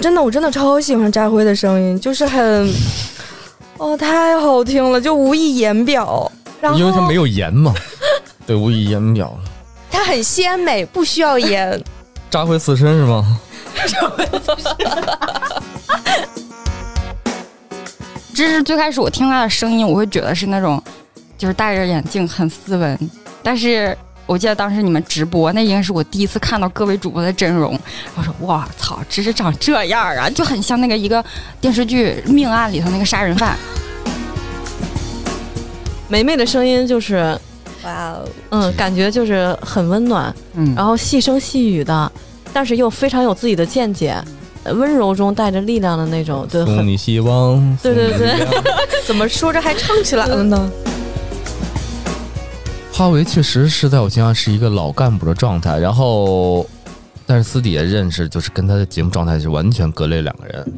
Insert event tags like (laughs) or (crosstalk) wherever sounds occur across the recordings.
真的我真的超喜欢扎辉的声音，就是 (laughs) 很，哦，太好听了，就无以言表。然后因为他没有盐 (laughs) 嘛，对，无以言表了。它很鲜美，不需要盐。 (laughs) 扎回自身是 (laughs) 吗？芝芝最开始我听她的声音，我会觉得是那种，就是戴着眼镜很斯文。但是我记得当时你们直播，那应该是我第一次看到各位主播的真容。我说哇操，芝芝长这样啊，就很像那个一个电视剧《命案》里头那个杀人犯。梅梅的声音就是，哇哦，嗯，感觉就是很温暖，嗯，然后细声细语的，但是又非常有自己的见解，呃温柔中带着力量的那种，对，送很你希望，对对对送你力量。怎么说着还唱起来了呢？哈维确实是在我心上是一个老干部的状态，然后，但是私底下认识就是跟他的节目状态是完全割裂两个人。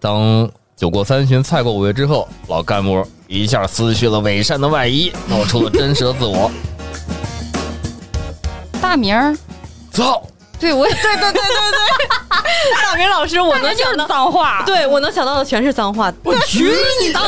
当酒过三巡、菜过五味之后，老干部一下撕去了伪善的外衣，露出了真实的自 (laughs) 我。大明儿，操！对 (laughs) 我也对对对，大明老师，我那能就想是到，脏话。对我能想到的全是脏话，我去你的！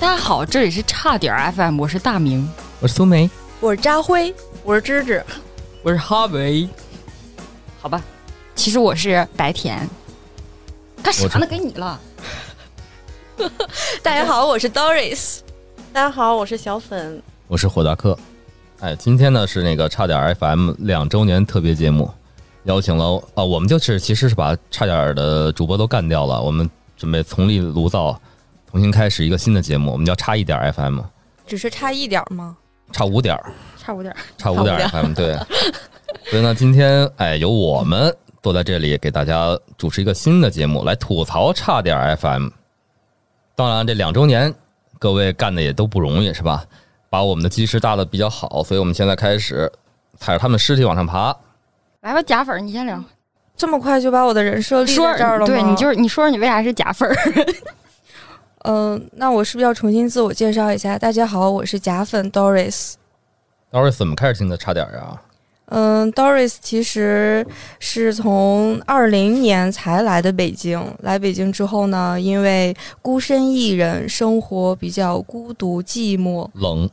大家好，这里是差点儿 FM，我是大明，我是苏梅，我是扎辉，我是芝芝，我是哈维，好吧，其实我是白田。干我啥这呢？给你了。大家好，我是 Doris。大家好，我是小粉。我是火达克。哎，今天呢是那个差点儿 FM 两周年特别节目，邀请了啊，我们就是其实是把差点儿的主播都干掉了，我们准备从立炉灶，重新开始一个新的节目，我们叫差一点儿 FM，只是差一点儿吗？差五点儿，差五点儿。差五点差儿 FM 对。所以呢，今天哎由我们坐在这里给大家主持一个新的节目，来吐槽差点儿 FM。当然，这两周年各位干的也都不容易，是吧？把我们的基石搭的比较好，所以我们现在开始踩着他们尸体往上爬。来吧，假粉儿，你先聊。这么快就把我的人设立说在这儿了吗？对你就是你说说你为啥是假粉儿？嗯、那我是不是要重新自我介绍一下？大家好，我是假粉 Doris。到时候怎么开始听的差点儿啊？嗯，Doris 其实是从二零年才来的北京。来北京之后呢，因为孤身一人，生活比较孤独寂寞，冷，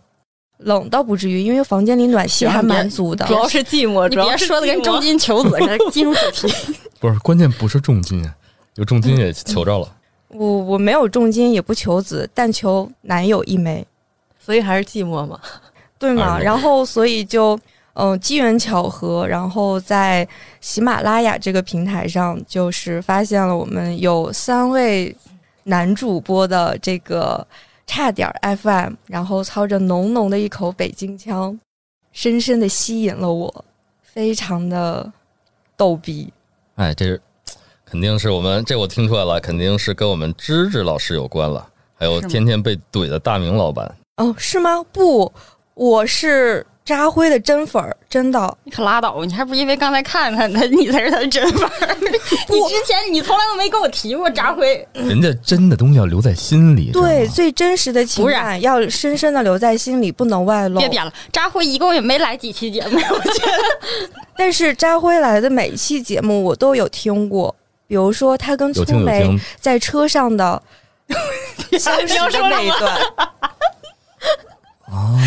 冷倒不至于，因为房间里暖气还蛮足的主。要是寂寞，你主要别是说的跟寂寞重金求子似的。进入主题，不是关键，不是重金，啊有重金也求着了。我我没有重金，也不求子，但求男友一枚，所以还是寂寞嘛。对吗？哎然后所以就嗯，机缘巧合，然后在喜马拉雅这个平台上，就是发现了我们有三位男主播的这个差点儿 FM，然后操着浓浓的一口北京腔，深深的吸引了我，非常的逗逼。哎，这是肯定是我们这我听出来了，肯定是跟我们芝芝老师有关了，还有是吗天天被怼的大明老板。哦，是吗？不，我是扎辉的真粉儿，真的。你可拉倒吧！你还不是因为刚才看他，他你才是他的真粉儿。 (laughs) 你之前你从来都没跟我提过扎辉，人家真的东西要留在心里。对，知道吗最真实的情不是感要深深的留在心里，不能外露。别编了。扎辉一共也没来几期节目， (laughs) 我觉得但是扎辉来的每一期节目我都有听过，比如说他跟有粗听有梅听，在车上的相识的那一段，哦，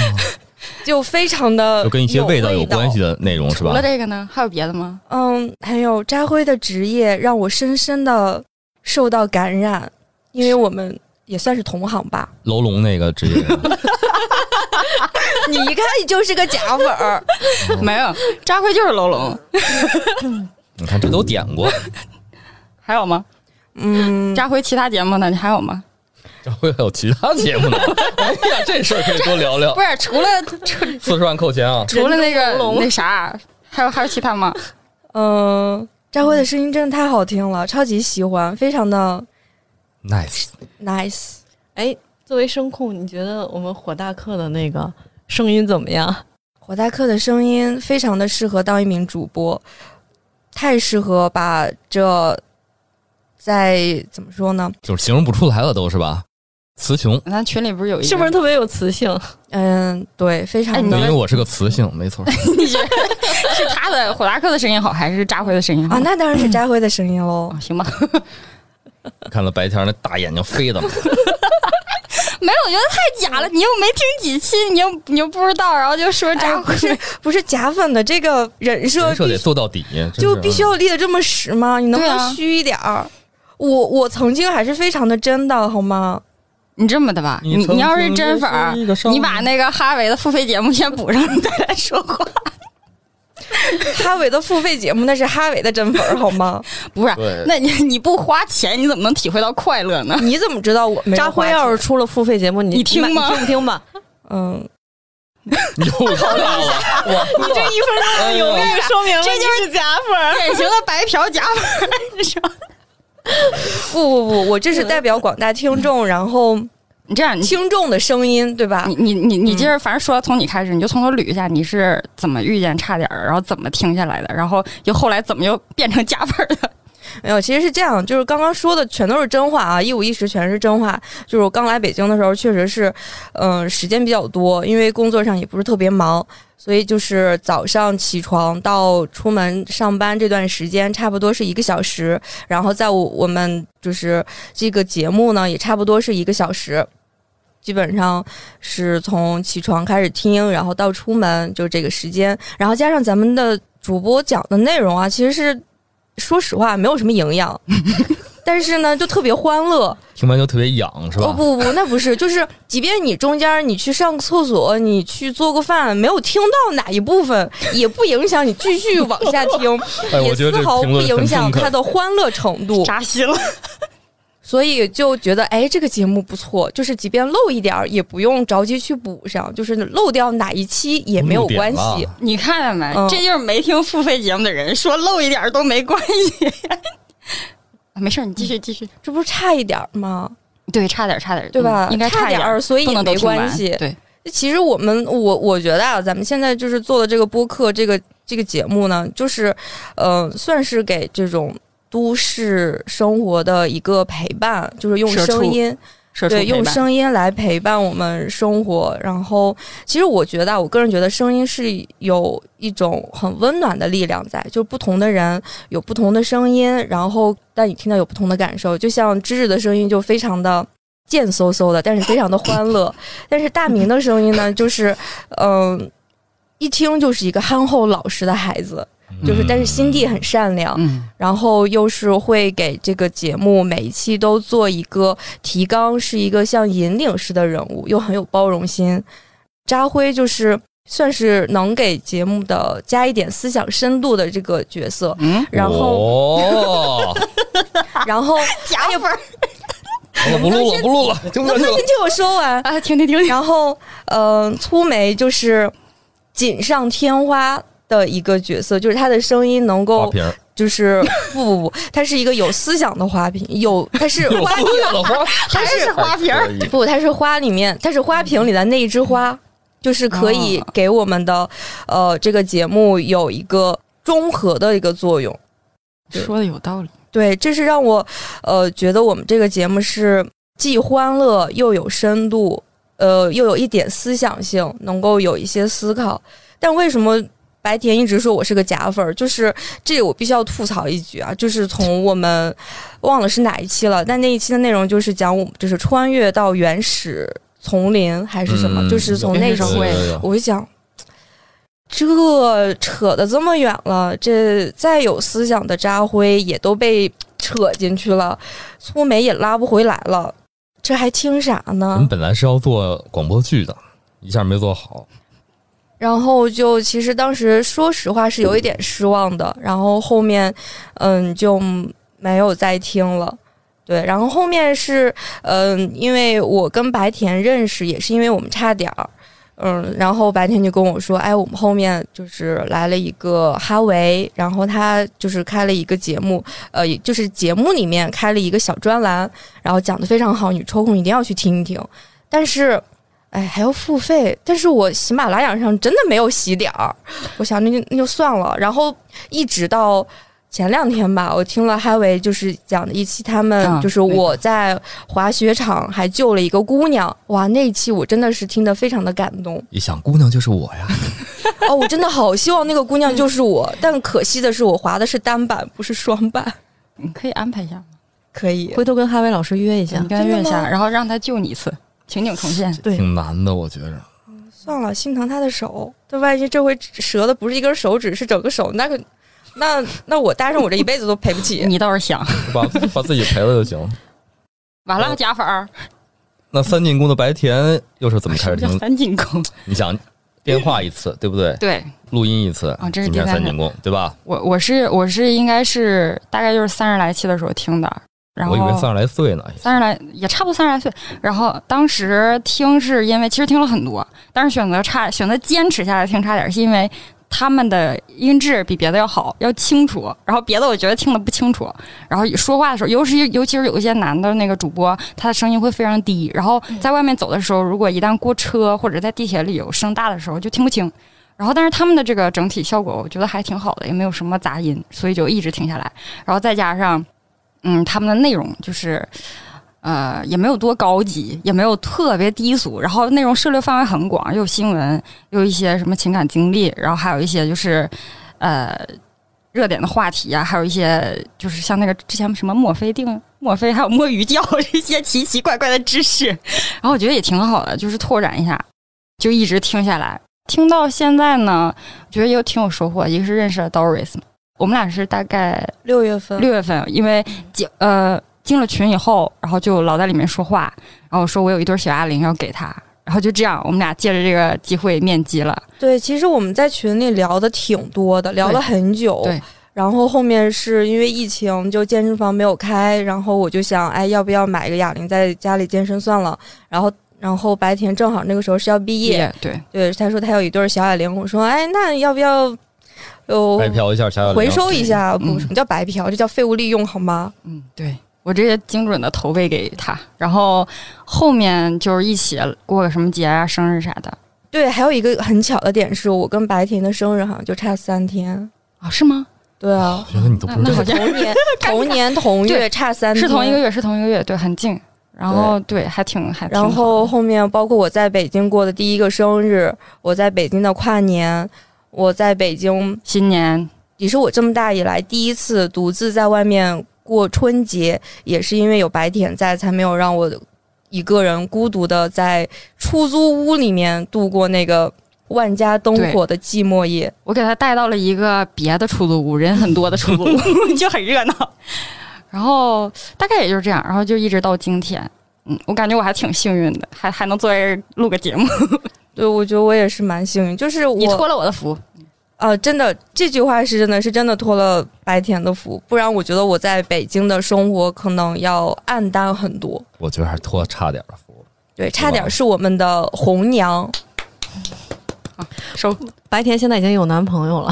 就非常的就跟一些味味道有关系道。的内容是除吧了？这个呢，还有别的吗？ (laughs) 嗯，还有扎辉的职业让我深深的受到感染，因为我们也算是同行吧。楼龙那个职业，你一看你就是个假粉儿， (laughs) 没有，扎辉就是楼龙。你看这都点过，还有吗？嗯，扎辉其他节目呢？你还有吗？这会还有其他节目呢。 (laughs) 哎呀，这事儿可以多聊聊不。是，除了除四十万扣钱啊！除了那个人中楼龙那啥，还有还有其他吗？嗯，扎辉的声音真的太好听了，超级喜欢，非常的 Nice， nice。哎，作为声控，你觉得我们火大客的那个声音怎么样？火大客的声音非常的适合当一名主播，太适合把这在怎么说呢？就是形容不出来了，都是吧？词穷，咱群里不是有一个是不是特别有磁性？嗯，对，非常哎你因的为我是个雌性，没错。 (laughs) 你觉得是他的火达克的声音好，还是扎辉的声音好？啊，那当然是扎辉的声音喽哦。行吧， (laughs) (laughs) 看了白天那大眼睛飞的，没有，我觉得太假了。你又没听几期，你又你又不知道，然后 (laughs) 就说哎扎不辉，是不是假粉的这个人设人设必得须做到底，就真是必须要立的这么实吗？你能不对能啊虚一点儿？我我曾经还是非常的真的，好吗？ (laughs) 你这么的吧，你曾你要是经真粉儿是一个少你女把那个哈维的付费节目先补上，你再来说话。哈维的付费节目那是哈维的真粉儿，好吗？ (laughs) 不是对，那你你不花钱，你怎么能体会到快乐呢？你怎么知道我没有扎辉花要是钱出了付费节目，你你听买吗你听 (laughs) 不听吧？嗯， (laughs) (laughs) 又看到了，哇，你这一分钟 (laughs) 犹豫说明了哎这就你是是假粉儿。典型的白嫖假粉，你知道吗？不不不，我这是代表广大听众，然后你这样，你听众的声音，对吧你？你你你接着，反正说从你开始，你就从头捋一下，你是怎么遇见差点儿，然后怎么听下来的，然后又后来怎么又变成加分的？没有，其实是这样，就是刚刚说的全都是真话啊，一五一十全是真话。就是我刚来北京的时候，确实是，嗯、时间比较多，因为工作上也不是特别忙，所以就是早上起床到出门上班这段时间，差不多是一个小时。然后在我我们就是这个节目呢，也差不多是一个小时。基本上是从起床开始听，然后到出门就这个时间，然后加上咱们的主播讲的内容啊，其实是说实话没有什么营 (laughs) 养，但是呢就特别欢乐。听完就特别痒，是哦吧？不不，那不是，就是即便你中间你去上个厕所，你去做个饭，没有听到哪一部分，也不影响你继续往下听， (laughs) 哎，也我觉得丝这毫评不论影很响中它肯。的欢乐程度。扎心了，所以就觉得，哎，这个节目不错，就是即便漏一点儿，也不用着急去补上，就是漏掉哪一期也没有露点关了系。 (laughs) 你看见没？嗯这就是没听付费节目的人，说漏一点儿都没关系。啊 (laughs) 没事儿，你继续继续。这不是差一点儿吗？对，差点儿差点儿，对吧嗯应该差点点儿所以不也能没都听完关系对，其实我们我我觉得啊，咱们现在就是做的这个播客这个这个节目呢，就是呃，算是给这种都市生活的一个陪伴，就是用社畜声音社畜对用陪伴声音来陪伴我们生活。然后，其实我觉得啊，我个人觉得声音是有一种很温暖的力量在，就是不同的人有不同的声音，然后但你听到有不同的感受。就像芝芝的声音就非常的贱嗖嗖的，但是非常的欢乐。 (laughs) 但是大明的声音呢，就是嗯、一听就是一个憨厚老实的孩子，就是嗯但是心地很善良，嗯，然后又是会给这个节目每一期都做一个提纲，是一个像引领式的人物，又很有包容心。扎辉就是算是能给节目的加一点思想深度的这个角 (laughs) 色，嗯，然后 (laughs) 哦，然 (laughs) 后假粉儿我不录了，不录了，听不能不能下去了先。听我说完？啊，停停停停，然后，嗯、粗眉就是锦上添花的一个角色，就是她的声音能花够，瓶儿，就是不不不，她是一个有思想的花瓶，有她是 (laughs) 有花四个花，还是花瓶儿可以不，它是花里面，它是花瓶里的那一枝花，就是可以哦给我们的呃这个节目有一个中和的一个作用。说的有道理，对，这是让我呃觉得我们这个节目是既欢乐又有深度，呃，又有一点思想性，能够有一些思考。但为什么白甜一直说我是个假粉儿？就是这里我必须要吐槽一句啊，就是从我们忘了是哪一期了，但那一期的内容就是讲我们就是穿越到原始丛林还是什么，嗯就是从有那原始种丛会有有有我就想，这扯得这么远了，这再有思想的扎辉也都被扯进去了，粗眉也拉不回来了，这还听啥我呢们？本来是要做广播剧的，一下没做好。然后就其实当时说实话是有一点失望的，然后后面嗯就没有再听了。对，然后后面是，嗯，因为我跟白田认识，也是因为我们差点儿，嗯，然后白天就跟我说，哎，我们后面就是来了一个哈维，然后他就是开了一个节目，呃，也就是节目里面开了一个小专栏，然后讲的非常好，你抽空一定要去听一听。但是，哎，还要付费，但是我喜马拉雅上真的没有喜点儿，我想那就那就算了。然后一直到前两天吧，我听了 Highway 就是讲的一期，他们啊就是我在滑雪场还救了一个姑娘，哇，那一期我真的是听得非常的感动一想，姑娘就是我呀，哦，我真的好希望那个姑娘就是我，但可惜的是我滑的是单板，不是双板，你可以安排一下，可以。回头跟哈维老师约一下你。跟他约一真的吗下，然后让他救你一次，情景重现。对挺难的，我觉 (laughs) 着。算了，心疼他的手。这万一这回折的不是一根手指，是整个手，那个，那那我搭上我这一辈子都赔不起。你倒是 (laughs) 想，把把自己赔了就行。完了呃加分儿。那三进宫的白田又是怎么开始啊什么叫听？三 (laughs) 进宫？你想，电话一次，对不对？对录音一次，啊这是今天第三三个进宫，对吧？我，我是我是应该是大概就是三十来期的时候听的，然后我以为三十来岁呢，三十来也差不多三十来岁。然后当时听是因为其实听了很多，但是选择差选择坚持下来听差点，是因为他们的音质比别的要好，要清楚。然后别的我觉得听得不清楚，然后说话的时候，尤其尤其是有一些男的那个主播，他的声音会非常低。然后在外面走的时候，如果一旦过车或者在地铁里有声大的时候，就听不清。然后，但是他们的这个整体效果，我觉得还挺好的，也没有什么杂音，所以就一直听下来。然后再加上，嗯，他们的内容就是，呃，也没有多高级，也没有特别低俗，然后内容涉猎范围很广，又有新闻，又有一些什么情感经历，然后还有一些就是，呃，热点的话题啊，还有一些就是像那个之前什么墨菲定墨菲，还有摸鱼钓 (laughs) 这些奇奇怪怪的知识，然后我觉得也挺好的，就是拓展一下，就一直听下来，听到现在呢，我觉得也有挺有收获，一个是认识了 Doris 嘛。我们俩是大概六月份六月份，因为进呃进了群以后，然后就老在里面说话，然后说我有一对小哑铃要给他，然后就这样，我们俩借着这个机会面基了。对，其实我们在群里聊的挺多的，聊了很久。对然后后面是因为疫情，就健身房没有开，然后我就想，哎，要不要买一个哑铃在家里健身算了？然后，然后白田正好那个时候是要毕业，对，对，他说他有一对小哑铃，我说，哎，那要不要有白嫖一下，小小哦回收一下？嗯不，什么叫白嫖？这叫废物利用好吗？嗯，对我直接精准的投喂给他，然后后面就是一起过个什么节啊、生日啥的对，还有一个很巧的点是，我跟白田的生日好像就差三天。啊？是吗？对 (laughs) 啊，原来你都不那知好道，像同年同年同月差三天，是同一个月，是同一个月，对，很近。然后对，还挺还挺好然的。后后面包括我在北京过的第一个生日，我在北京的跨年，我在北京新年也是我这么大以来第一次独自在外面过春节，也是因为有白舔在，才没有让我一个人孤独的在出租屋里面度过那个万家灯火的寂寞夜。我给他带到了一个别的出租屋，人很多的出租 (laughs) 屋，就很热闹。然后大概也就是这样，然后就一直到今天。嗯，我感觉我还挺幸运的，还还能坐在这儿录个节目。对，我觉得我也是蛮幸运，就是我你托了我的福，呃，真的，这句话是真的是真的托了白甜的福，不然我觉得我在北京的生活可能要暗淡很多。我觉得还是托差点了福。对，差点是我们的红娘。收。白天现在已经有男朋友了，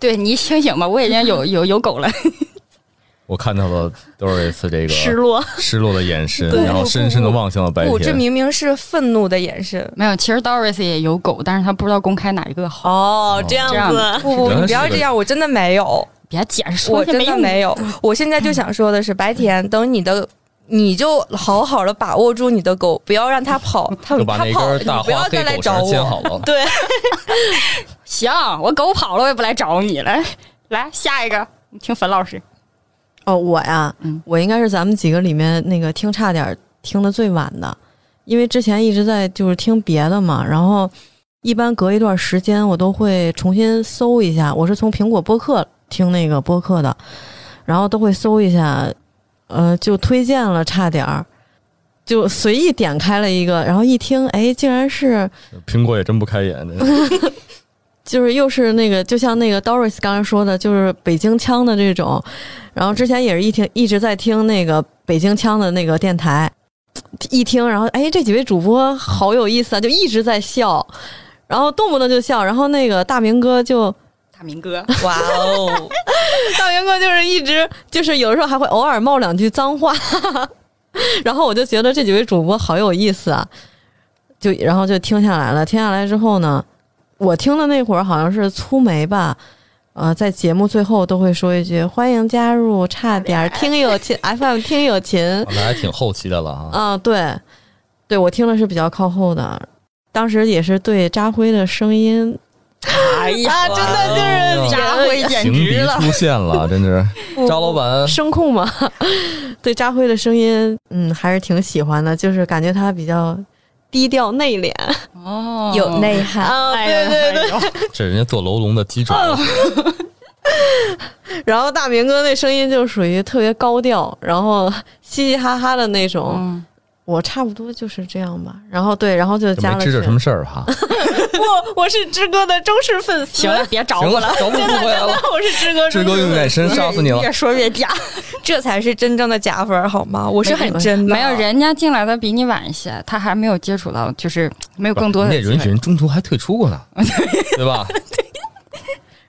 对你清醒吧，我已经有有有狗了，我看到了 Doris 这个失落。失落的眼神，对哦然后深深的望向了白不，这天。明明是愤怒的眼神。没有。其实 Doris 也有狗，但是他不知道公开哪一个好。哦这样子这样子不不，原来你是不要这个这样，我真的没有，别解释，说我也真的用。没有。我现在就想说的是，白甜，等你的。你就好好的把握住你的狗，不要让它跑，它 (laughs) 就把它那跑，你根大不花要黑再来狗找绳我。牵好了。对，行，我狗跑了，我也不来找你了。来下一个，你听冯老师。哦，我呀，嗯我应该是咱们几个里面那个听差点儿听的最晚的，因为之前一直在就是听别的嘛，然后一般隔一段时间我都会重新搜一下，我是从苹果播客听那个播客的，然后都会搜一下，呃，就推荐了差点儿，就随意点开了一个，然后一听，哎，竟然是苹果也真不开眼，真是就是又是那个，就像那个 Doris 刚才说的，就是北京腔的这种。然后之前也是一听一直在听那个北京腔的那个电台，一听然后哎，这几位主播好有意思啊，就一直在笑，然后动不动就笑。然后那个大明哥就大明哥， (laughs) 哇 (laughs) 哦， (laughs) 大明哥就是一直就是有的时候还会偶尔冒两句脏话， (laughs) 然后我就觉得这几位主播好有意思啊，就然后就听下来了。听下来之后呢，我听的那会儿好像是粗眉吧，呃，在节目最后都会说一句“欢迎加入差点儿 (laughs) 听友群 FM 听友群”，我们还挺后期的了啊。啊，对，对我听的是比较靠后的，当时也是对扎辉的声音，啊哎呀，真的哎呦是扎回简情直敌了。出现了，真是张老板 (laughs) 声控嘛，对扎辉的声音，嗯，还是挺喜欢的，就是感觉他比较低调内敛哦有内涵。啊，哎对呀对对。哎呦这是人家做楼龙的基础，然后大明哥那声音就属于特别高调，然后嘻嘻哈哈的那种，嗯，我差不多就是这样吧。然后对，然后就就加没了支着群哦什么事儿哈。我我是志哥的忠实粉丝，行了，别找行我了，了，找不回来了，我是志哥志哥用眼神杀死你了越。说越假。这才是真正的加分，好吗？我是很真的， (laughs) 没有人家进来的比你晚一些，他还没有接触到，就是没有更多的你也机会。啊允许啊人中途还退出过呢，对 (laughs) 吧？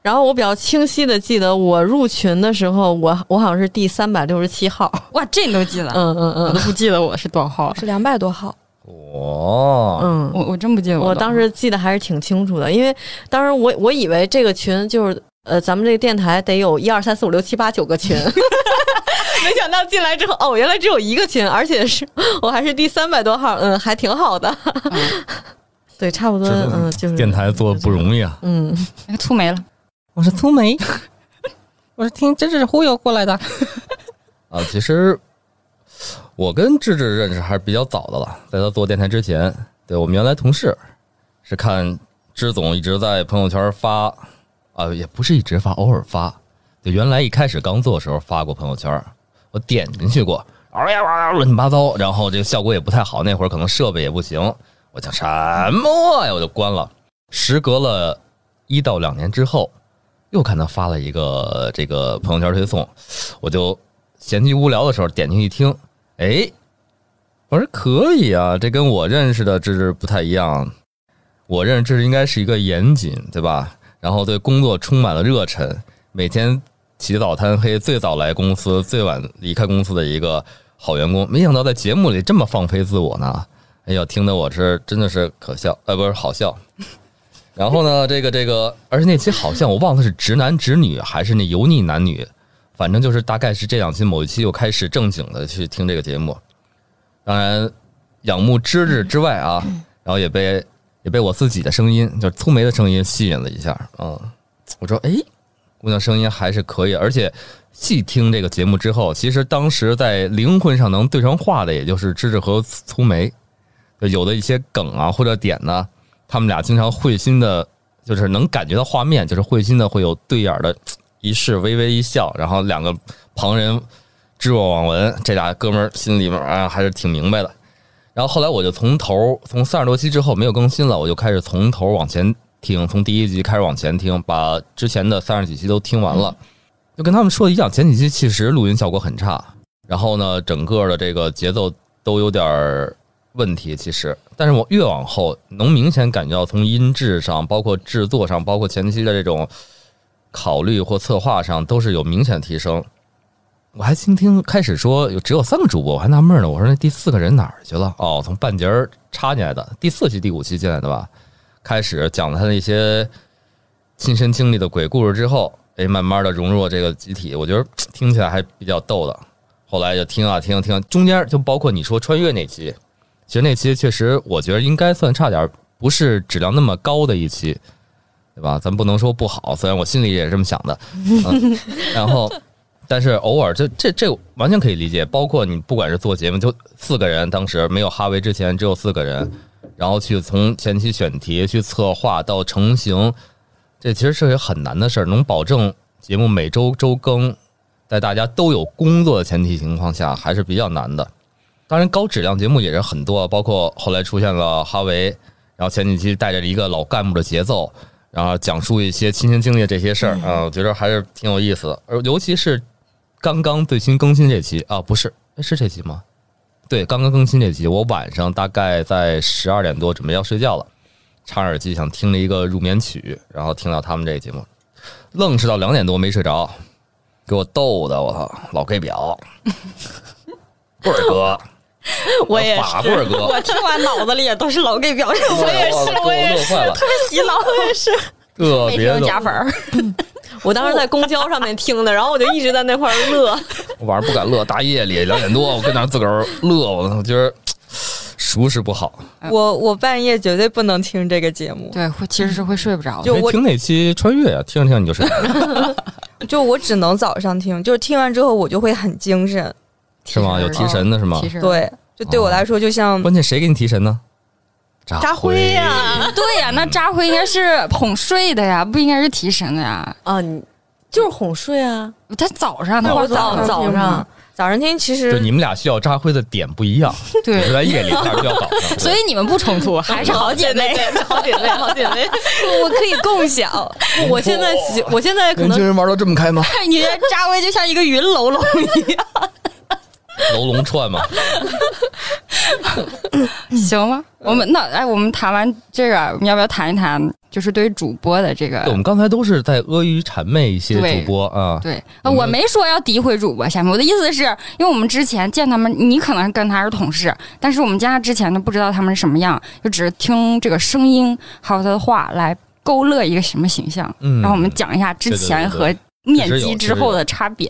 然后我比较清晰的记得，我入群的时候，我我好像是第三百六十七号。哇，这你都记得？嗯嗯我嗯都不记得我是多少号了，是两百多号，哦，(laughs) 嗯，我我真不记得我多少当号时记得还是挺清楚的，因为当时我我以为这个群就是呃，咱们这个电台得有一二三四五六七八九个群， (laughs) 没想到进来之后，哦，原来只有一个群，而且是我还是第三百多号，嗯，还挺好的。嗯 (laughs) 对，差不多，这个嗯，就是电台做的不容易啊。嗯，那个醋没了。我是粗眉， (laughs) 我是听芝芝忽悠过来的。 (laughs) 啊，其实我跟芝芝认识还是比较早的了，在她做电台之前，对我们原来同事是看芝总一直在朋友圈发，啊，也不是一直发，偶尔发。对，原来一开始刚做的时候发过朋友圈，我点进去过，嗷呀哇呀乱七八糟，然后这个效果也不太好，那会儿可能设备也不行，我想什么呀，我就关了。时隔了一到两年之后，又看他发了一个这个朋友圈推送，我就闲居无聊的时候点进去一听，哎，我说可以啊，这跟我认识的芝芝不太一样。我认识芝芝应该是一个严谨，对吧？然后对工作充满了热忱，每天起早贪黑，最早来公司，最晚离开公司的一个好员工。没想到在节目里这么放飞自我呢，哎呀，听得我是真的是可笑，呃，不是好笑，然后呢，这个这个，而且那期好像我忘了是直男直女还是那油腻男女，反正就是大概是这两期某一期又开始正经的去听这个节目。当然，仰慕芝芝之外啊，然后也被也被我自己的声音，就是粗眉的声音吸引了一下。嗯，我说，哎，姑娘声音还是可以，而且细听这个节目之后，其实当时在灵魂上能对上话的，也就是芝芝和粗眉，就有的一些梗啊或者点呢、他们俩经常会心的，就是能感觉到画面，就是会心的会有对眼儿的一视微微一笑，然后两个旁人知若罔闻，这俩哥们儿心里面啊还是挺明白的。然后后来我就从头从三十多期之后没有更新了，我就开始从头往前听，从第一集开始往前听，把之前的三十几期都听完了。就跟他们说的一样，前几期其实录音效果很差，然后呢，整个的这个节奏都有点儿问题，其实，但是我越往后能明显感觉到，从音质上，包括制作上，包括前期的这种考虑或策划上，都是有明显提升。我还听听开始说有只有三个主播，我还纳闷呢，我说那第四个人哪儿去了？哦，从半截儿插进来的，第四期、第五期进来的吧，开始讲了他的一些亲身经历的鬼故事之后，哎，慢慢的融入了这个集体，我觉得听起来还比较逗的。后来就听啊听啊听啊，中间就包括你说穿越那期，其实那期确实，我觉得应该算差点儿，不是质量那么高的一期，对吧？咱不能说不好，虽然我心里也是这么想的。嗯、然后，但是偶尔这这这完全可以理解。包括你不管是做节目，就四个人，当时没有哈维之前只有四个人，然后去从前期选题去策划到成型，这其实是个很难的事儿。能保证节目每周周更，在大家都有工作的前提情况下，还是比较难的。当然，高质量节目也是很多，包括后来出现了哈维，然后前几期带着一个老干部的节奏，然后讲述一些亲身经历的这些事儿啊、我觉得还是挺有意思的。而尤其是刚刚最新更新这期啊，不是诶是这期吗？对，刚刚更新这期，我晚上大概在十二点多准备要睡觉了，插上耳机想听了一个入眠曲，然后听到他们这个节目，愣是到两点多没睡着，给我逗的我操，老 gay 表，棍儿哥。我也呃法棍儿是，哥我听完脑子里也都是老 gay 表情，我也 (laughs) 我是，给我我也乐是， (laughs) 坏了，特别洗脑，我也是，特没别听逗。加分儿，我当时在公交上面听的，然后我就一直在那块儿乐。我晚上不敢乐，大夜里两点多，我跟那儿自个儿乐，我我觉得熟是不好。嗯我我半夜绝对不能听这个节目，对，会其实是会睡不着的。就我没听哪期穿越呀、听着听着你就睡着了，就我只能早上听，就是听完之后我就会很精神。是吗？有提神的是吗提？神，对，就对哦我来说就像关键谁给你提神呢？扎辉辉呀对呀，那扎辉应该是哄睡的呀，不应该是提神的呀。啊，你就是哄睡啊，他早上那那我会儿早上上早听上嘛早上听，其就实你们俩需要扎辉的点不一样，你是对，在夜里，他是需要早上。 (laughs) 所以你们不冲突，还是好姐妹， (laughs) 好姐妹，好姐妹。我可以共享。我现在喜，我现在可能人玩到这么开吗？ (laughs) (laughs) 你觉得扎辉就像一个云楼楼一样， (laughs) 楼龙串嘛， (laughs) 行吗？我们那哎，我们谈完这个，我们要不要谈一谈，就是对于主播的这个对我？们刚才都是在阿谀谄媚一些对主播啊，对，我呃们我没说要诋毁主播，下面我的意思是因为我们之前见他们，你可能是跟他是同事，但是我们见他之前就不知道他们是什么样，就只是听这个声音还有他的话来勾勒一个什么形象。嗯然后我们讲一下之前对对和面基之后的差别。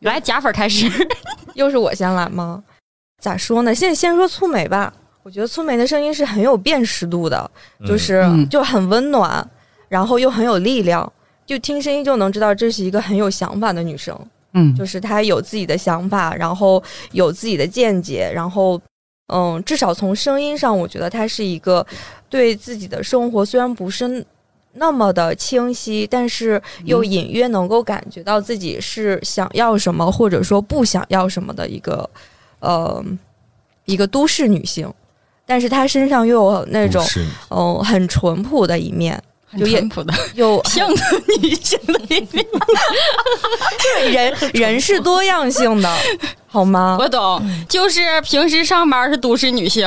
来，假粉开始。又是我先来 (laughs) 吗？咋说呢？先先说粗眉吧，我觉得粗眉的声音是很有辨识度的，就是、嗯就很温暖，然后又很有力量，就听声音就能知道这是一个很有想法的女生， (laughs) 嗯就是她有自己的想法，然后有自己的见解，然后嗯，至少从声音上，我觉得她是一个对自己的生活虽然不是。那么的清晰，但是又嗯隐约能够感觉到自己是想要什么，或者说不想要什么的一个，呃，一个都市女性。但是她身上又有那种不是嗯，很淳朴的一面，嗯很淳朴的，有 (laughs) 像个女性的 (laughs) 一面。人人是多样性的，好吗？我懂，就是平时上班是都市女性，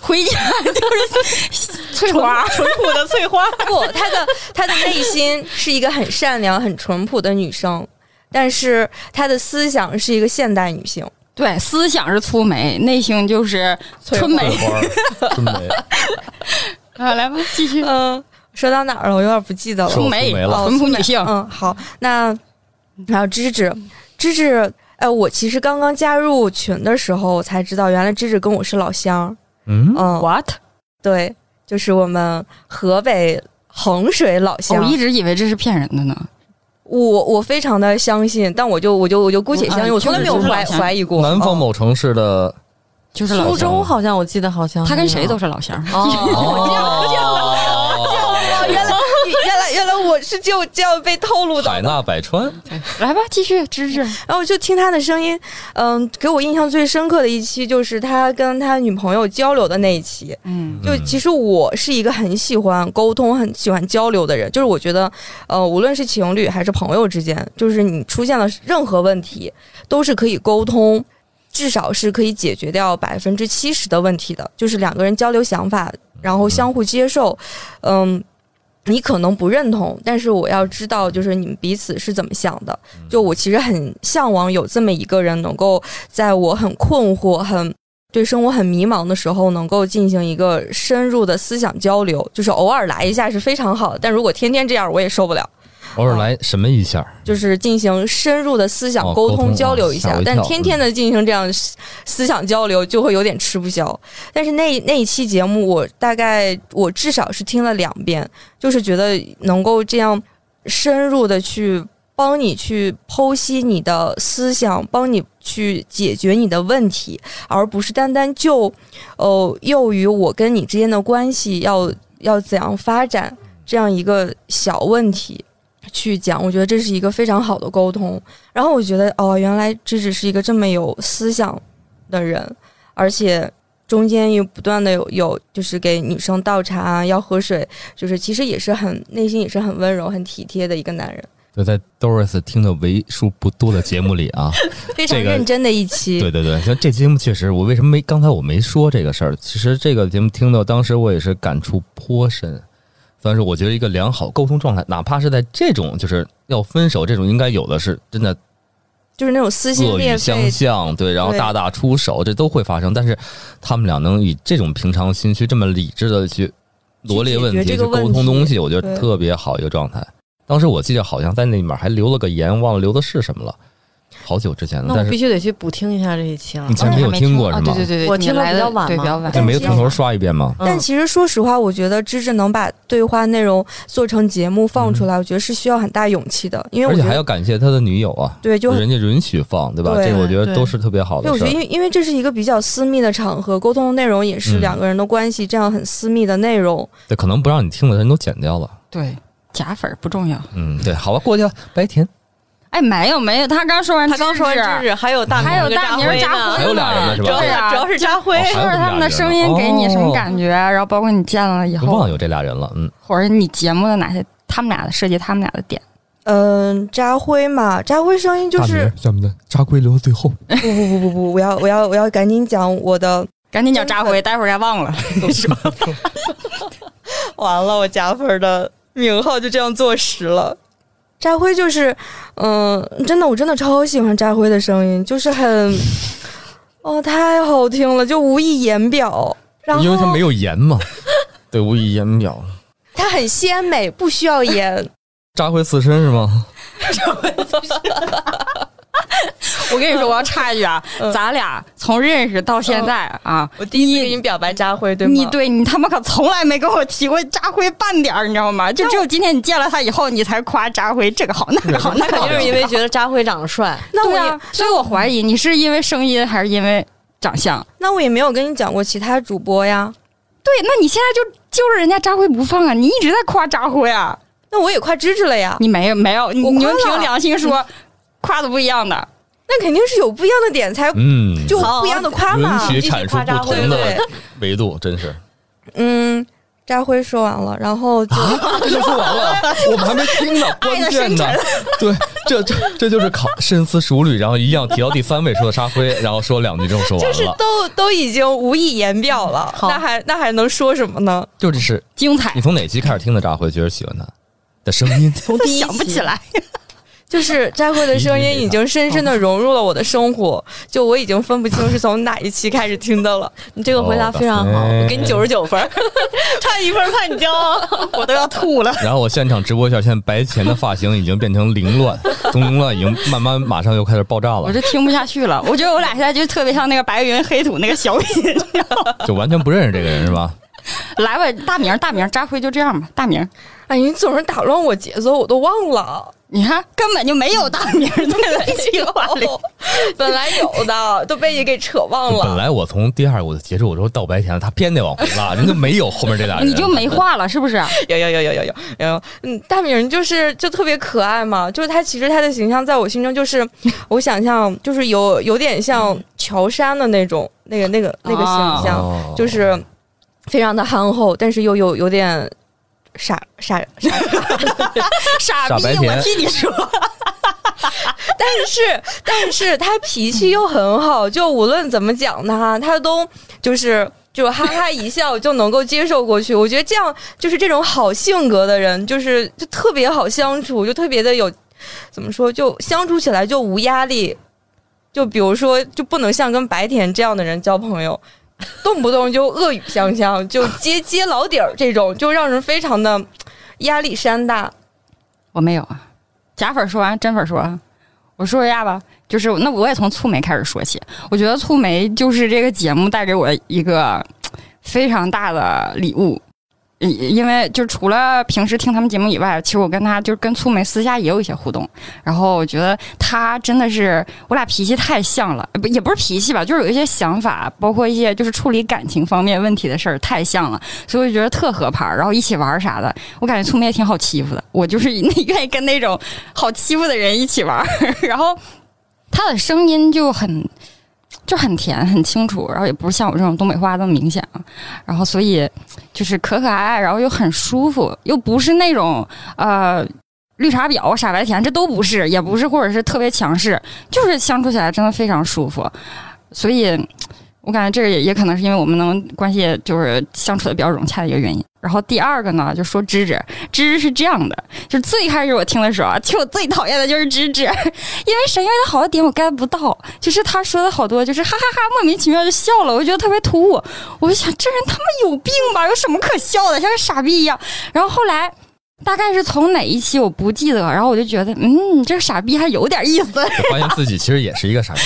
回家 (laughs) 就是翠花。我的翠花，不，她的她的内心是一个很善良、很淳朴的女生，但是她的思想是一个现代女性。对，思想是粗眉，内心就是春桂梅。花儿，春梅， (laughs) 啊，来吧，继续。呃嗯、说到哪儿了？我有点不记得了。说粗我眉，粗眉了淳朴女性。嗯，好，那还有芝芝，芝芝，哎，我其实刚刚加入群的时候才知道，原来芝芝跟我是老乡。嗯，嗯， What？对，就是我们河北衡水老乡。我哦一直以为这是骗人的呢。我我非常的相信，但我就我就我就姑且相信，啊我从来没有就是怀老乡怀疑过。嗯哦南方某城市的就是老苏乡，州好像我记得好像他跟谁都是老乡。哦，原来原来原来我是就这样被透露 (laughs) 的。海纳百哦川， (laughs) 来吧，继续芝芝。然后我就听他的声音，嗯，给我印象最深刻的一期就是他跟他女朋友交流的那一期。嗯就嗯其实我是一个很喜欢沟通、很喜欢交流的人，就是我觉得，呃，无论是情侣还是朋友之间，就是你出现了任何问题，都是可以沟通，至少是可以解决掉百分之七十的问题的，就是两个人交流想法，然后相互接受，嗯。你可能不认同，但是我要知道，就是你们彼此是怎么想的。就我其实很向往有这么一个人，能够在我很困惑、很对生活很迷茫的时候，能够进行一个深入的思想交流，就是偶尔来一下是非常好的。但如果天天这样，我也受不了。偶尔来什么一下，就是进行深入的思想哦沟沟通通交流一吓下我，一但跳嗯天天的进行这样思思想交流，就会有点吃不消。但是那那一期节目，我大概我至少是听了两遍，就是觉得能够这样深入的去帮你去剖析你的思想，帮你去解决你的问题，而不是单单就呃囿于我跟你之间的关系要要怎样发展这样一个小问题。去讲，我觉得这是一个非常好的沟通。然后我觉得，哦，原来芝芝是一个这么有思想的人，而且中间又不断的有有，就是给女生倒茶啊，要喝水，就是其实也是很内心也是很温柔、很体贴的一个男人，对，在 Doris 听的为数不多的节目里 (laughs) 啊，非常这个认真的一嗯期。对对对，像这节目确实，我为什么没刚才我没说这个事儿？其实这个节目听到当时我也是感触颇深，但是我觉得一个良好沟通状态，哪怕是在这种就是要分手这种，应该有的是真的就是那种撕心恶裂语相肺。向，对，然后对大打出手，这都会发生。但是他们俩能以这种平常心去这么理智的去罗列问去解决题，去这个沟通问题东西，我觉得对特别好一个状态。当时我记得好像在那里面还留了个言，忘了留的是什么了，好久之前了。那我但是必须得去补听一下这一期了你。前哦没你有还没听过啊是对吗？对对对，我你听得来比的较晚对，嘛比较晚就但。没有从头刷一遍嗯吗？但其实说实话，我觉得芝芝能把对话内容做成节目放出来，我觉得是需要很大勇气的，因为嗯而我且觉还得要感谢他的女友啊，对，就很人家允许放，对吧？对这个我觉得对都是特别好对，的我事觉得。儿因为因为这是一个比较私密的场合，沟通的内容也是嗯两个人的关系，这样很私密的内容。对，可能不让你听的人都剪掉了。对，假粉儿不重要。嗯，对，好吧，过去了，白甜。哎，没有没有，他刚说完，他刚说完芝，哦芝，还有大还有明大跟明辉扎呢辉，还有俩人呢是吧主要啊对是主啊要，是扎辉哦，还有说说他们的声音给你什么感觉，啊然后包括你见了以哦忘了后，有这俩人了，嗯，或者你节目的哪些他们俩的设计，他们俩的点。嗯、扎辉嘛，扎辉声音就是咱们的扎龟留到最后，不不不不不，我要我要我要赶紧讲我的，赶紧叫扎回，待会儿该忘 (laughs) 了。 (laughs) 完了我加分的名号就这样坐实了。扎辉就是，嗯、真的我真的超喜欢扎辉的声音，就是很， (laughs) 哦，太好听了，就无以言表。然后 (laughs) 因为他没有盐嘛，对，无以言表。它很鲜美，不需要盐。 (laughs) 扎辉刺身是吗？我跟你说，我要插一句啊，嗯咱俩从认识到现在啊，我第一次给你表白扎辉，对吗？你对你他妈可从来没跟我提过扎辉半点儿，你知道吗？就只有今天你见了他以后，你才夸扎辉这个好那个好那个肯好。定是因为觉得扎辉长得帅，哦那我对也、啊，所以我怀疑你是因为声音还是因为长相。那我也没有跟你讲过其他主播呀。对，那你现在就揪着人家扎辉不放啊！你一直在夸扎辉啊，那我也夸芝芝了呀，你没有没有，你我你夸们了凭良心说，夸的不一样的。那肯定是有不一样的点才嗯， (laughs) 就好不一样的夸嘛。允许阐述不同对的维度，真是。嗯，扎辉说完了，然后就、这 (laughs) 就说完了，我们还没听呢，关键呢，对，这这这就是考深思熟虑，然后一样提到第三位说的沙辉，然后说两句之后说完就是了，都都已经无以言表了，好那还那还能说什么呢？就这是精彩你，从哪期开始听的扎辉，觉得喜欢他的声音？从第一想不起期来。就是扎辉的声音已经深深的融入了我的生活，就我已经分不清是从哪一期开始听的了。你这个回答非常好，哦给你九十九分儿，差一分儿怕你骄傲， (laughs) 我都要吐了。然后我现场直播一下，现在白钱的发型已经变成凌乱，从凌乱已经慢慢马上又开始爆炸我了，这听不下去了，我觉得我俩现在就特别像那个白云黑土那个小 (laughs) 品。就完全不认识这个人是吧？来吧，大明儿，大明儿，扎辉就这样吧，大明儿， (laughs) 哎，你总是打乱我节奏，我都忘 (laughs) 了。你看根本就没有大明儿在本 (laughs) 计哎划 (laughs) 里。本来有的都被你给扯忘本了。来我从第二我就结束，我说到白钱了，他偏得往回拉，人家没有后面这俩人， (laughs) 你就没话了，是不是？有有有有有有有，嗯，大明就是就特别可爱嘛，就是他其实他的形象在我心中就是，我想象就是有有点像乔杉的那种那个那个那个形象，哦就是非常的憨厚，但是又有有点傻傻傻，傻傻逼白，甜我替你说，但是 (laughs) 但是他脾气又很好，就无论怎么讲他，他都就是。就哈哈一笑就能够接受过去，我觉得这样就是这种好性格的人，就是就特别好相处，就特别的有怎么说，就相处起来就无压力。就比如说，就不能像跟白田这样的人交朋友，动不动就恶语相向，就揭揭老底儿这种，就让人非常的压力山大。我没有啊。假粉说完，真粉说啊，我说一下吧，就是那我也从醋梅开始说起。我觉得醋梅就是这个节目带给我一个非常大的礼物，因因为就除了平时听他们节目以外，其实我跟他就是跟醋梅私下也有一些互动。然后我觉得他真的是我俩脾气太像了，呃不也不是脾气吧，就是有一些想法，包括一些就是处理感情方面问题的事儿太像了，所以我就觉得特合拍儿。然后一起玩儿啥的，我感觉醋梅也挺好欺负的，我就是 (laughs) 那愿意跟那种好欺负的人一起玩儿。 (laughs) 然后他的声音就很就很甜，很清楚，然后也不是像我这种东北话那么明显啊。然后所以就是可可爱爱，然后又很舒服，又不是那种呃。绿茶婊、傻白甜，这都不是，也不是，或者是特别强势，就是相处起来真的非常舒服。所以，我感觉这个也也可能是因为我们能关系就是相处的比较融洽的一个原因。然后第二个呢，就说芝芝，芝芝是这样的，就是最开始我听的时候啊，其实我最讨厌的就是芝芝，因为沈月的好多点我 get 不到，就是她说的好多就是哈哈哈莫名其妙就笑了，我觉得特别突兀，我就想这人他妈有病吧，有什么可笑的，像个傻逼一样。然后后来。大概是从哪一期我不记得，然后我就觉得，嗯，这个傻逼还有点意思。我发现自己其实也是一个傻逼。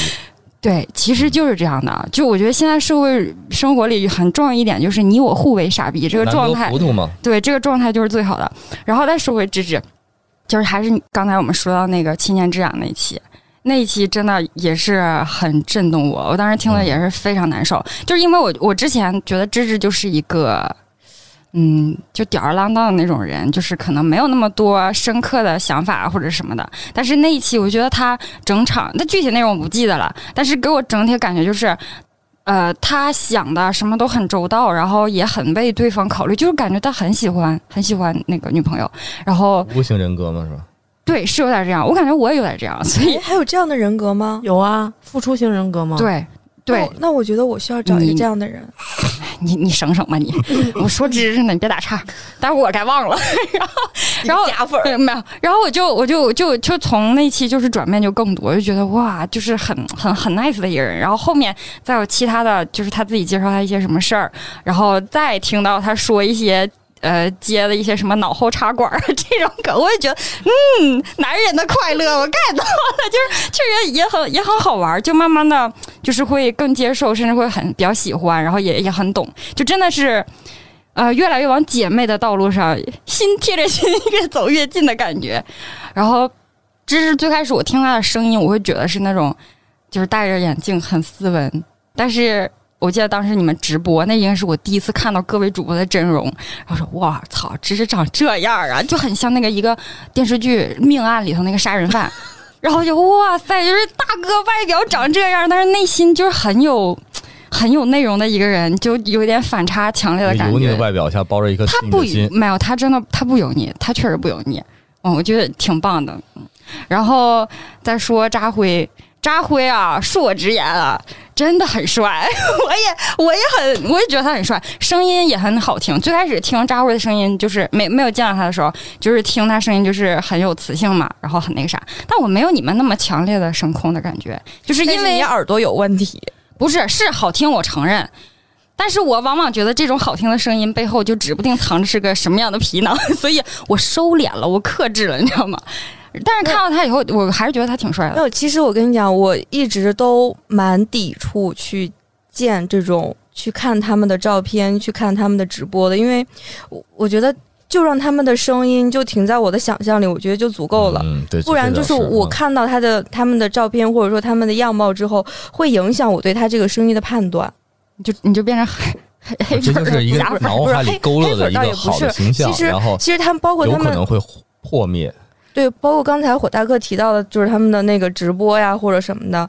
对，其实就是这样的。就我觉得现在社会生活里很重要一点就是你我互为傻逼这个难状得态糊，涂嘛，对，这个状态就是最好的。然后再说回芝芝，就是还是你刚才我们说到那个七年之痒那一期，那一期真的也是很震动我，我当时听了也是非常难受，就是因为我我之前觉得芝芝就是一个。嗯，就吊儿郎当的那种人，就是可能没有那么多深刻的想法或者什么的。但是那一期，我觉得他整场，那具体内容我不记得了，但是给我整体感觉就是，呃，他想的什么都很周到，然后也很为对方考虑，就是感觉他很喜欢，很喜欢那个女朋友。然后无形人格嘛，是吧？对，是有点这样，我感觉我也有点这样，所以哎，还有这样的人格吗？有啊，付出型人格吗？， (laughs) 对那对我，那我觉得我需要找一个你这样的人。你你省省吧你，我说知识呢，你别打岔，但是我该忘了。(laughs) 然后假粉对，没有。然后我就我就就就从那期就是转变就更多，就觉得哇，就是很很很 nice 的一个人。然后后面再有其他的就是他自己介绍他一些什么事儿，然后再听到他说一些。呃，接了一些什么脑后插管儿啊这种梗，我也觉得，嗯，男人的快乐我 get 到了，就是确实也很也很好玩儿，就慢慢的就是会更接受，甚至会很比较喜欢，然后也也很懂，就真的是，呃，越来越往姐妹的道路上心贴着心 (laughs) 越走越近的感觉。然后，芝芝最开始我听她的声音，我会觉得是那种就是戴着眼镜很斯文，但是。我记得当时你们直播，那应该是我第一次看到各位主播的真容，然后说：“哇操，芝芝长这样啊，就很像那个一个电视剧命案里头那个杀人犯。” (laughs) 然后就哇塞，就是大哥外表长这样，但是内心就是很有很有内容的一个人，就有点反差强烈的感觉。油哎腻的外表下包着一颗他细腻不的心，没有，他真的他不油腻，他确实不油腻。嗯，我觉得挺棒的。嗯，然后再说扎辉，扎辉啊，恕我直言啊，真的很帅。 (laughs) 我也我也很我也觉得他很帅，声音也很好听。最开始听扎辉的声音，就是没没有见到他的时候，就是听他声音就是很有磁性嘛，然后很那个啥。但我没有你们那么强烈的声控的感觉，就是因为你耳朵有问题，啊不是，是好听，我承认。但是我往往觉得这种好听的声音背后，就指不定藏着是个什么样的皮囊， (laughs) 所以我收敛了，我克制了，你知道吗？但是看到他以后，我还是觉得他挺帅没的。有。其实我跟你讲，我一直都蛮抵触去见这种、去看他们的照片、去看他们的直播的，因为我我觉得就让他们的声音就停在我的想象里，我觉得就足够了。嗯，对，不然这就倒是是我嗯看到他的他们的照片或者说他们的样貌之后，会影响我对他这个声音的判断。你就你就变成黑黑这黑粉就儿是一个 (laughs) 假粉儿，脑海里勾勒的一个好的形象其，实然后其实他们包括有他可们能会破灭。对，包括刚才火大哥提到的，就是他们的那个直播呀或者什么的，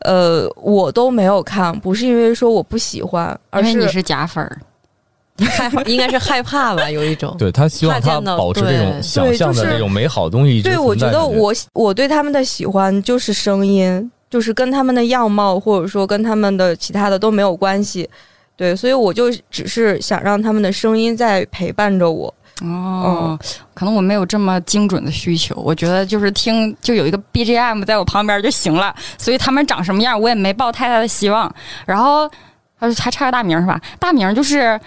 呃，我都没有看，不是因为说我不喜欢，而因为你是是假粉儿。害怕应该是害怕吧，有一种。对他希望他他见到保持这种对想对象就的是这种美好东西一直对我存觉在得着我我对他们的喜欢就是声音，就是跟他们的样貌或者说跟他们的其他的都没有关系。对，所以我就只是想让他们的声音在陪伴着我。哦，嗯可能我没有这么精准的需求，我觉得就是听就有一个 BGM 在我旁边就行了，所以他们长什么样我也没抱太大的希望。然后还还差个大名是吧？大名就是。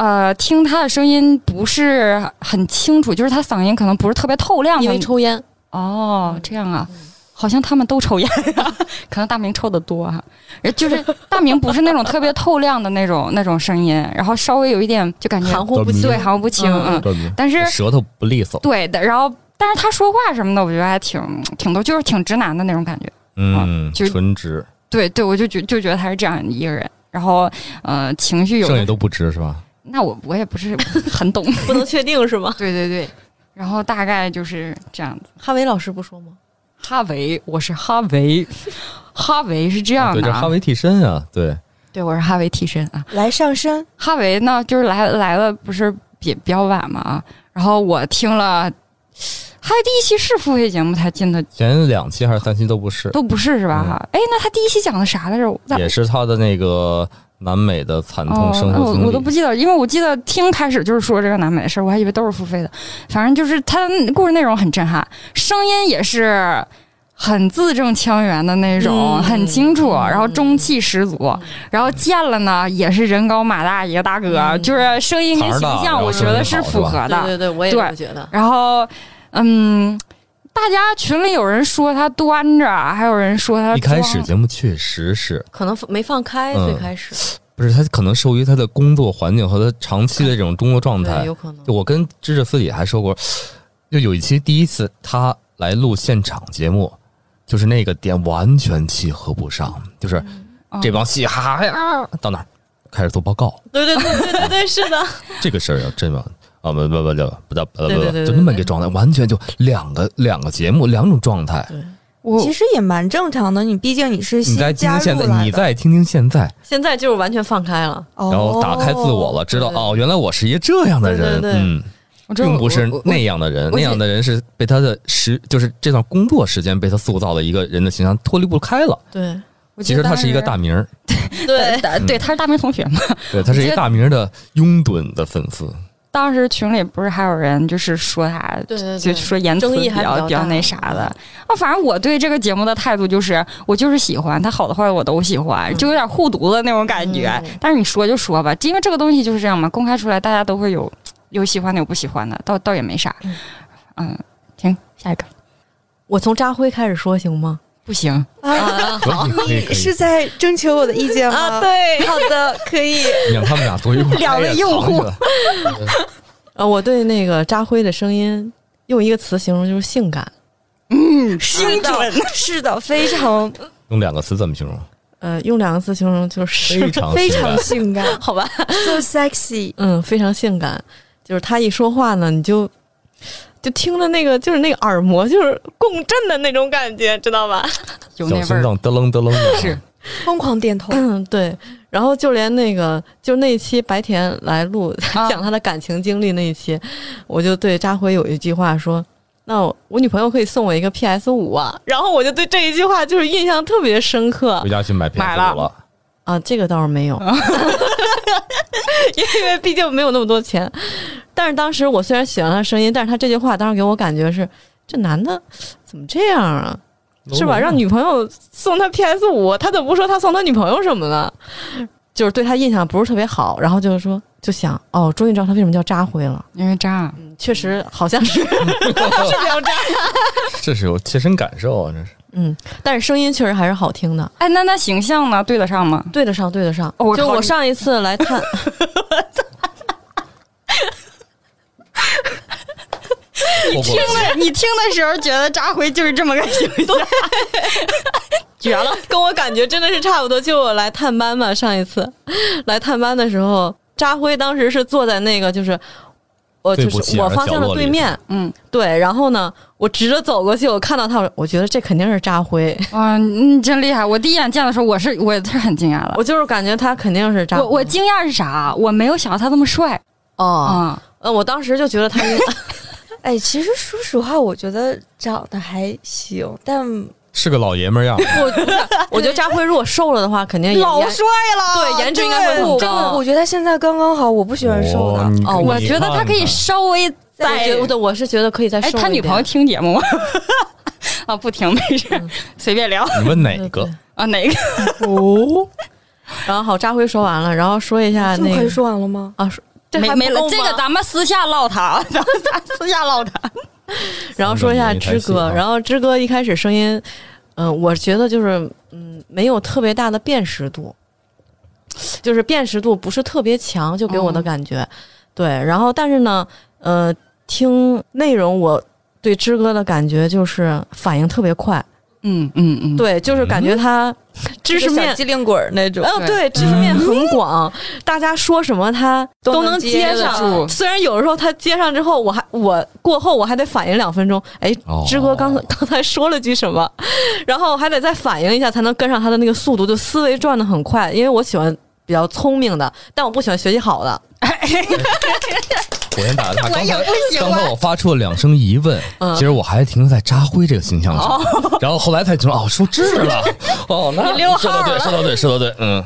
呃，听他的声音不是很清楚，就是他嗓音可能不是特别透亮。因为抽嗯烟，哦，这样啊，好像他们都抽烟、啊 (laughs) 可能大明抽的多啊。呃就是大明不是那种特别透亮的那种那种声音，然后稍微有一点就感觉含糊不清 (laughs) 对含糊不清，嗯嗯，对不对但是舌头不利索，对的，然后但是他说话什么的，我觉得还挺挺多，就是挺直男的那种感觉。嗯，就纯直，对对，我就觉就觉得他是这样一个人，然后呃，情绪有剩下都不直是吧？那我我也不是很 (laughs) 懂，不能确定是吗？对对对，然后大概就是这样子。 (laughs) 哈维老师不说吗？哈维，我是哈维，哈维是这样对，的这啊、哈维替身啊，对，对我是哈维替身啊。来上身，哈维呢，就是来来了不是比比较晚嘛啊，然后我听了。哈维第一期是付费节目，他进的前两期还是三期都不是，都不是是吧？嗯哈、哎，那他第一期讲的啥来着？我咋也是他的那个南美的惨痛生哦、活那我我都经不历。记得，因为我记得听开始就是说这个南美的事儿，我还以为都是付费的。反正就是他的故事内容很震撼，声音也是很字正腔圆的那种，嗯很清楚，然后中气十足，然后见了呢也是人高马大一个大哥，嗯就是声音跟牌儿大形然象后我觉得是符合的。对对对，我也这么觉得。然后，嗯，大家群里有人说他端着，还有人说他一开始装节目确实是可能没放开嗯最开始，不是他可能受于他的工作环境和他长期的这种工作状态对，，有可能就。我跟芝芝私底下还说过，就有一期第一次他来录现场节目，就是那个点完全契合不上，就是嗯哦这帮嘻哈呀到哪儿开始做报告，对对对对对 (laughs) 对，是的，这个事儿要真的啊不不不不不不不对对不，对就那么一个状态，完全就两个两个节目两种状态。我其实也蛮正常的。你毕竟你是你新再听加听入现在，来你的，哦再听听现在，现在就是完全放开了，然然后打开自我了，知道对对哦，原来我是一个这样的人，对对对嗯，我这并不是我我那样的人，我那样的人是被他的时，就是这段工作时间被他塑造的一个人的形象脱离不开了。对，我其记得实他当是一个时大嗯名儿，对，呃对，他是大明同学嘛。对他是一个大名儿的拥趸的粉丝，当时群里不是还有人就是说他，对对就对说言辞争比议还比较较比较大那啥的啊。反正我对这个节目的态度就是，我就是喜欢他，好的坏的我都喜欢，就有点护犊子那种感觉。嗯但是你说就说吧，因为这个东西就是这样嘛，公开出来大家都会有有喜欢的，有不喜欢的，倒倒也没啥。嗯嗯，行，下一个我从扎辉开始说行吗？不行， (laughs) 哦啊，可以可以可你是以，在征求我的意见吗？啊对， (laughs) 好的，可以。你让他们俩坐一块儿， (laughs) 两 (laughs) 个哎呀用户，藏起来呃，我对那个扎辉的声音用一个词形容就是性感，是的，是的，非常用两个词怎么形 (laughs) 容？呃，用两个字形容就是非常非性常感性感 (laughs) 好吧， ，so sexy。嗯，非常性感。就是他一说话呢，你就就听着那个就是那个耳膜就是共振的那种感觉，知道吧？有那小味心儿。脏嘚楞嘚楞的，啊是疯狂点头，嗯，对。然后就连那个就那一期白田来录、啊 (laughs) 讲他的感情经历那一期，我就对扎辉有一句话说。那我我女朋友可以送我一个 PS 五啊，然后我就对这一句话就是印象特别深刻回家去买买 PS 了五了。啊，这个倒是没有， (laughs) 因为毕竟没有那么多钱。但是当时我虽然喜欢他声音，但是他这句话当时给我感觉是，这男的怎么这样啊？是哦吧？让女朋友送他 PS 五，他怎么不说他送他女朋友什么呢？就是对他印象不是特别好，然后就是说就想哦，终于知道他为什么叫渣辉了。因为渣，啊嗯确实好像是叫渣，这是有切身感受啊，这是 (laughs) 嗯，但是声音确实还是好听的，哎，那那形象呢？对得上吗？ (laughs) 对得上，对得上。哦我就靠我你上一次来 (laughs) 探，我听的你听的时候觉得渣辉就是这么个形象，绝了，跟我感觉真的是差不多。就我来探班嘛，上一次来探班的时候，扎辉当时是坐在那个就是我最就不起是眼我的方角向的落对里面，嗯。对，然后呢，我直着走过去，我看到他，我我觉得这肯定是扎辉，哇，你真厉害！我第一眼见的时候，我是我是很惊讶的。我就是感觉他肯定是扎我辉。我惊讶是啥？我没有想到他那么帅哦，啊！呃，我当时就觉得他应 (laughs) 哎，其实说实话，我觉得长得还行，但是个老爷们儿样，我不是，我觉得扎辉如果瘦了的话，肯定也老也帅了，啊对颜值应该会对不真的，高。我觉得他现在刚刚好，我不喜欢瘦的。你哦你我觉得他看可以看稍微我再觉得我对我是觉得可以再瘦哎，一点。他女朋友听节目吗？ (laughs) 啊，不听，没事， (laughs) 随便聊你问哪对个？？啊，哪个？对哦，然后好，扎辉说完了，然后说一下哦这么那快就个说完了吗？啊，说这没还没不了 (laughs) 够，这个吗咱们私下唠他，咱们咱私下唠他。然后说一下三个女知人一台戏啊哥，然后知哥一开始声音，嗯、我觉得就是嗯，没有特别大的辨识度，就是辨识度不是特别强，就给我哦嗯的感觉。对，然后但是呢，呃，听内容我对知哥的感觉就是反应特别快，嗯嗯嗯，对，就是感觉他知识就是小面。机灵鬼儿那种。嗯，对对，知识面很广，大家说什么他都都能能接接得上。住虽然有的时候他接上之后，我还我过后我还得反应两分钟，哎哦，志哥刚刚才说了句什么， (laughs) 然后还得再反应一下才能跟上他的那个速度，就思维转的很快。因为我喜欢比较聪明的，但我不喜欢学习好的。我先打个岔，刚才也不行刚了才我发出了两声疑问，嗯其实我还停留在扎辉这个形象上， (laughs) 然后后来才知道哦，说智了，哦，那你溜说号的对，了说的对，说的对，嗯，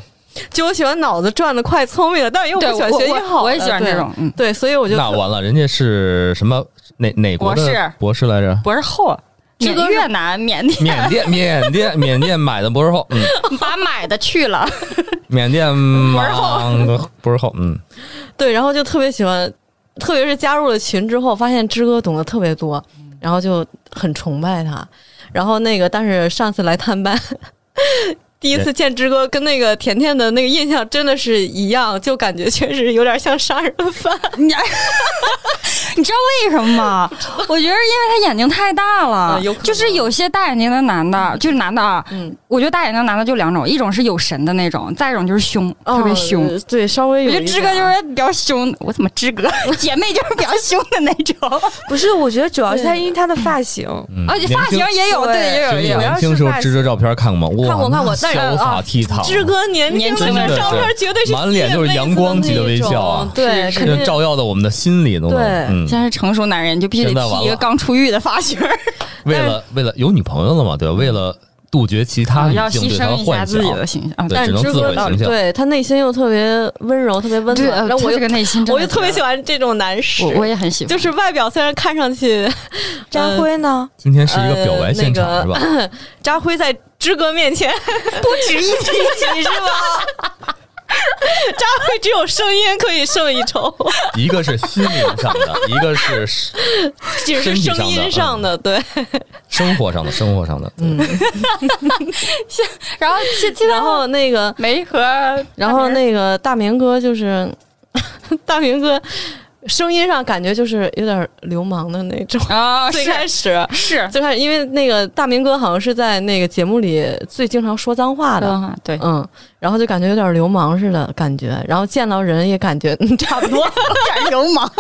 就我喜欢脑子转的快、聪明的，但又不对，喜欢我学习我好的。我也喜欢对这种。嗯，对，所以我就那特完了，人家是什么哪哪国的博士博士来着？博士后，这这个个越南、缅 (laughs) 甸，缅甸，缅甸，缅甸买的博士后，嗯，把买的去了，缅甸博士后，博士后，嗯，对，然后就特别喜欢，特别是加入了群之后，发现知哥懂得特别多，嗯然后就很崇拜他。然后那个，但是上次来探班，第一次见知哥，跟那个甜甜的那个印象真的是一样，就感觉确实有点像杀人犯。哎 (laughs) 你知道为什么吗？我觉得是因为他眼睛太大了，啊有可能就是有些大眼睛的男的，就是男的啊，嗯，我觉得大眼睛的男的就两种，一种是有神的那种，再一种就是凶，特别凶。哦对，稍微有我一觉点。啊得志哥哦就是比较凶，我怎么志 (laughs) 哥姐妹就是比较凶的那种，不是，我觉得主要是他对因为他的发型，嗯而且哦发型也有，对对，也有其也实有我。要啊年是轻时候发支着照片看过吗？哇看过看过那但是潇洒倜傥，志哥年年轻轻的的照时候片绝对是满脸就是阳光级的微笑啊吸引妹子的那种对，肯这定照耀的我们的心里都能，对嗯，现在是成熟男人，你就必须得现在完剃一个了刚出狱的发型儿，为了为了有女朋友了嘛，对吧？为了杜绝其他女要性牺对他牲的一下幻想自己，的形象。啊对但只能知自哥毁形象对他内心又特别温柔，特别温对，呃暖。然后他我这又个内心真的，我就特别喜欢这种男士，我我也很喜欢，就是外表虽然看上去，张辉呢？今天是一个表白现场、呃那个是吧？扎辉在知哥面前 (laughs) 不值一提，是吗？扎辉只有声音可以胜一筹，一个是心灵上的，一个是只是声音上的，对，生活上的，生活上的。嗯，然后其其然后那个，梅和然后那个大明哥就是 (laughs) 大明哥，声音上感觉就是有点流氓的那种。啊最开是始，是最开始，因为那个大明哥好像是在那个节目里最经常说脏话的，嗯对，嗯，然后就感觉有点流氓似的感觉，然后见到人也感觉 (laughs) 嗯差不多，点流 (laughs) 氓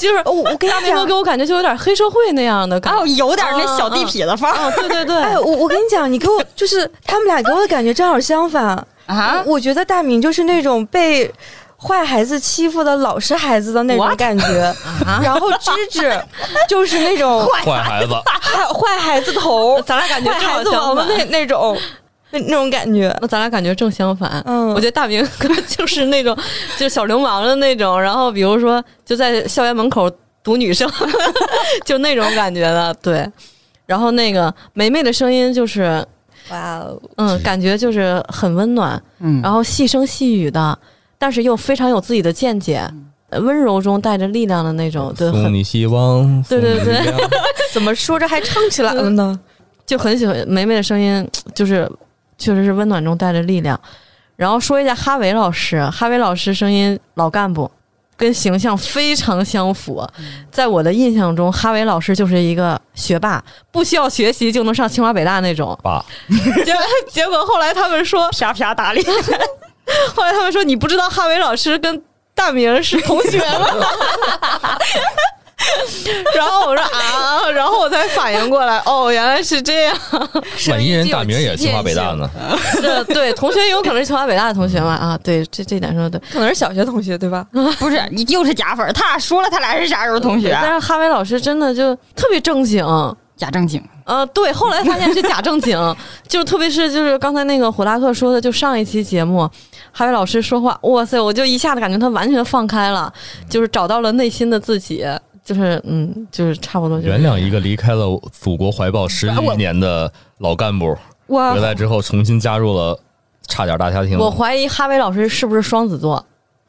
就是哦我我跟大你明哥讲哦给，我感觉就有点黑社会那样的感觉。啊，有点那小地痞的范儿哦，对对对，哎，我我跟你讲，你给我就是他们俩给我的感觉正好相反。啊我我觉得大明就是那种被坏孩子欺负的老实孩子的那种 What？感 (laughs) 觉，啊然后芝芝就是那种坏孩子，坏坏孩子头，咱俩感觉坏正好孩子相王八反。那那种那那种感觉。那咱俩感觉正相反。嗯我觉得大明哥就是那种就小流氓的那种，然后比如说就在校园门口堵女生， (laughs) 就那种感觉的。对，然后那个梅梅的声音就是，哇哦，嗯，感觉就是很温暖，嗯然后细声细语的，但是又非常有自己的见解，呃温柔中带着力量的那种，哦对，送很你希望，对对对送你力量。怎么说着还唱起来了呢？就很喜欢梅梅的声音，就是确实是温暖中带着力量。然后说一下哈维老师，哈维老师声音老干部，跟形象非常相符。在我的印象中，哈维老师就是一个学霸，不需要学习就能上清华北大那种爸， (laughs) 结结果后来他们说，啪啪打脸， (laughs) 后来他们说你不知道哈维老师跟大明是同学吗？ (laughs) 然后我说啊，然后我才反应过来，哦，原来是这样。满一人大名也清华北大呢，是 (laughs) 对，同学有可能是清华北大的同学嘛？啊，对，这这点说的对。可能是小学同学对 (laughs) 吧？不是你又是假粉儿，他俩说了他俩是啊啥时候同学，但是哈维老师真的就特别正经。假正经，呃，对，后来发现是假正经， (laughs) 就是特别是就是刚才那个火大克说的，就上一期节目，哈维老师说话，哇塞，我就一下子感觉他完全放开了，就是找到了内心的自己，就是嗯，就是差不多就是原谅一个离开了祖国怀抱十余年的老干部，回我来之后重新加入了差点大家庭。我怀疑哈维老师是不是双子座？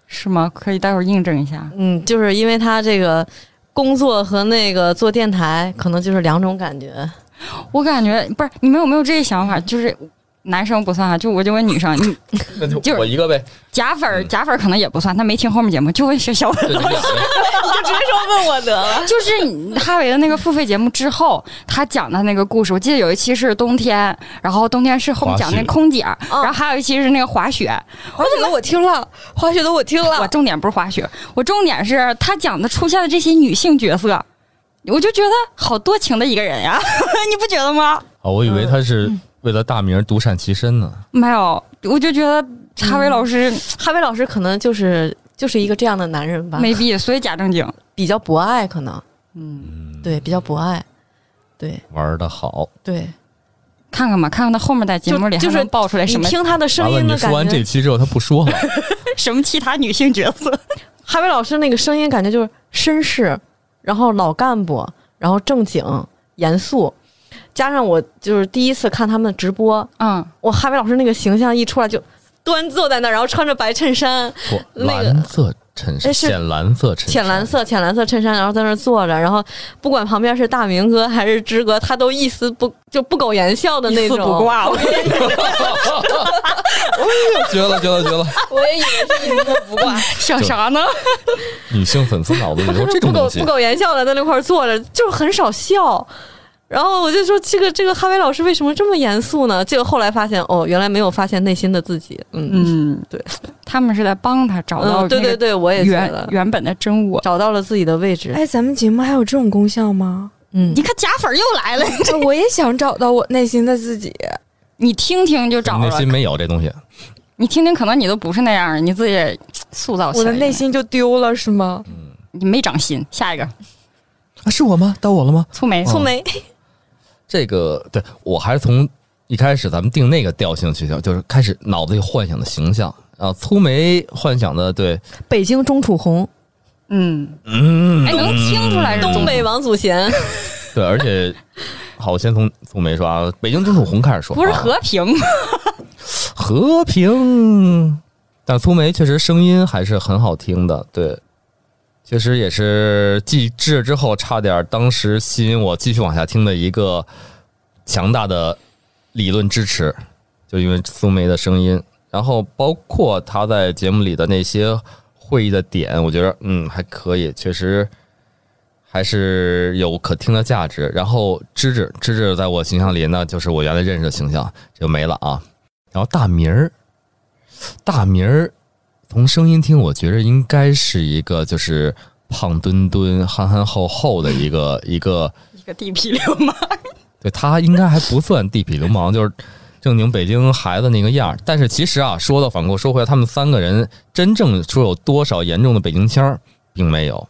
是吗？可以待会儿印证一下。嗯，就是因为他这个工作和那个做电台，可能就是两种感觉。我感觉不是你们有没有这个想法？就是男生不算啊，就我就问女生，你那就就是我一个呗，假粉儿嗯假粉儿可能也不算，他没听后面节目，就问是小粉对你儿。们俩呗。就是你哈维的那个付费节目之后，他讲的那个故事，我记得有一期是冬天，然后冬天是后面滑雪讲那空姐儿，嗯然后还有一期是那个滑雪。滑雪的我听了，滑雪的我听我了，重点不是滑雪，我重点是他讲的出现的这些女性角色，我就觉得好多情的一个人呀， (laughs) 你不觉得吗？哦，我以为他是为了大名独善其身呢。没有，我就觉得哈维老师哈维老师可能就是就是一个这样的男人吧，没必，所以假正经。比较博爱，可能嗯，对比较博爱，对玩的好。对。看看吧，看看他后面在节目里就还是能爆出来你什么听他的完声了，音你的说感完这觉，期之后，他不说了。什么其他女性角色。哈维老师那个声音感觉就是绅士，然后老干部，然后正经严肃，加上我就是第一次看他们的直播，嗯，我哈维老师那个形象一出来就端坐在那儿，然后穿着白衬衫，不， (laughs) 那个蓝色衬衫，哎是浅蓝色衬衫，浅 (laughs) 蓝色浅蓝色衬衫，然后在那儿坐着，然后不管旁边是大明哥还是芝哥，他都一丝不就不苟言笑的那一丝种，不挂，我哎绝了，绝了，绝了！我也以为是一丝不挂，想啥呢？女性粉丝脑子里他头是哦这 (laughs) 种不苟东西不，苟言笑的在那块儿坐着，就是很少笑。然后我就说，这个这个哈维老师为什么这么严肃呢？结果后来发现，哦，原来没有发现内心的自己。嗯嗯，对，他们是在帮他找到嗯，对那对个对，我也觉原得原本的真我。找到了自己的位置。 (laughs) 哎，咱们节目还有这种功效 (laughs) 吗？嗯你，看假粉又来了，哎我也想找到我内心的自己。 (laughs) 你听听就找内了心，没有这东西。你听听，可能你都不是那样儿，你自己也塑造起啊我来的的内，心就丢了是吗？你没长心。下一个，啊，是我吗？到我了吗？粗眉，粗眉，这个对我还是从一开始咱们定那个调性去，就是开始脑子里幻想的形象啊，粗眉幻想的对，北京钟楚红，嗯，嗯哎，能听出来是东中北王 (laughs) 祖贤，对，而且好，我先从粗眉说啊，北京钟楚红开始说，不是啊和平，和平，但粗眉确实声音还是很好听的，对，确实也是继这之后差点当时吸引我继续往下听的一个强大的理论支持，就因为苏梅的声音，然后包括她在节目里的那些会议的点，我觉得嗯还可以，确实还是有可听的价值。然后芝芝芝芝在我形象里呢，就是我原来认识的形象就没了啊。然后大明儿，大明儿从声音听，我觉着应该是一个就是胖墩墩、憨憨厚厚的一个一个。一个地痞 (laughs) 流氓，对他应该还不算地痞流氓，就是正经北京孩子那个样儿。但是其实啊，说到反过说回来，他们三个人真正说有多少严重的北京腔儿，并没有。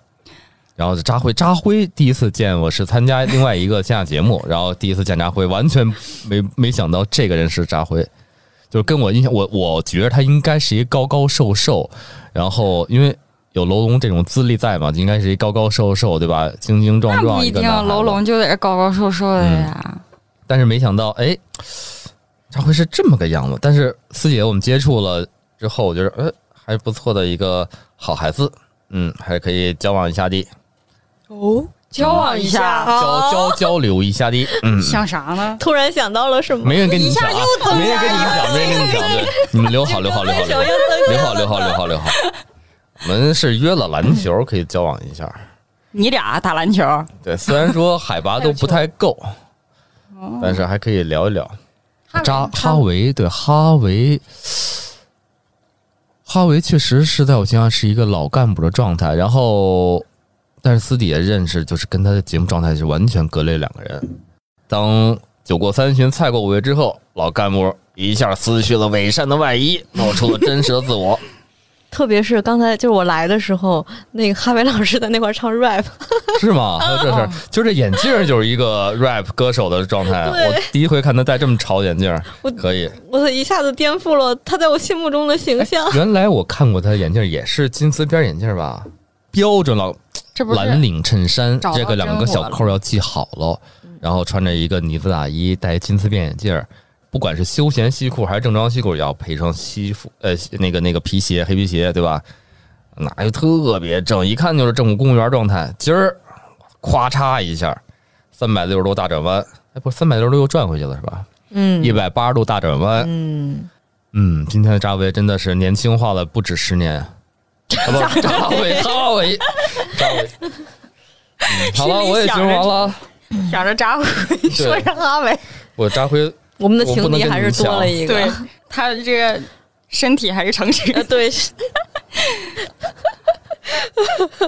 然后是扎辉，扎辉第一次见我是参加另外一个线下节目，然后第一次见扎辉，完全没没想到这个人是扎辉，就是跟我印象，我我觉得他应该是一高高瘦瘦，然后因为有楼龙这种资历在嘛，应该是一高高瘦瘦，对吧？精精壮那壮不一个定，啊男孩子嗯楼龙就得是高高瘦瘦的呀。但是没想到，哎，他会是这么个样子。但是四姐，我们接触了之后，我觉得，呃，还是不错的一个好孩子，嗯，还可以交往一下的，哦，交往一下，哦交交交流一下的，嗯，想啥呢？突然想到了什么？没人跟你抢、啊，没人跟你抢，没人跟你抢，对，你们留好，留好，留 (laughs) 好，留好，留好，留好，留好，留好。我们是约了篮球，可以交往一下。你俩打篮球，对，虽然说海拔都不太够，但是还可以聊一聊。扎哈维对哈维，哈维确实是在我心上是一个老干部的状态。然后，但是私底下认识就是跟他的节目状态是完全割裂两个人。当酒过三巡、菜过五味之后，老干部一下撕去了伪善的外衣，露出了真实的自我。特别是刚才就是我来的时候，那个哈维老师在那块儿唱 rap，是吗？还有这事儿，就这眼镜儿就是一个 rap 歌手的状态。啊我第一回看他戴这么潮的眼镜儿我，可以。我一下子颠覆了他在我心目中的 (laughs) 形象。原来我看过他的眼镜儿，也是金丝边眼镜儿吧？标准老这不蓝是领衬衫，找到这个两个小扣要系好了，然后穿着一个呢子大衣，戴金丝边眼镜儿，不管是休闲西裤还是正装西裤，也要配一双西服，呃，那个那个皮鞋，黑皮鞋，对吧？哪有特别正，一看就是政府公务员状态。今儿咵嚓一下，三百六十度大转弯，哎，不是三百六十度又转回去了是吧？嗯一百八十度大转弯，嗯，嗯，今天的扎维真的是年轻化了不止十年，啊、不，扎维，扎维，扎 (laughs) 维。嗯好了，心里我也形容完了。想着扎辉， (laughs) 说上阿伟，我扎辉，我们的情敌还是多了一个。对他这个身体还是诚实。呃， (laughs) 对，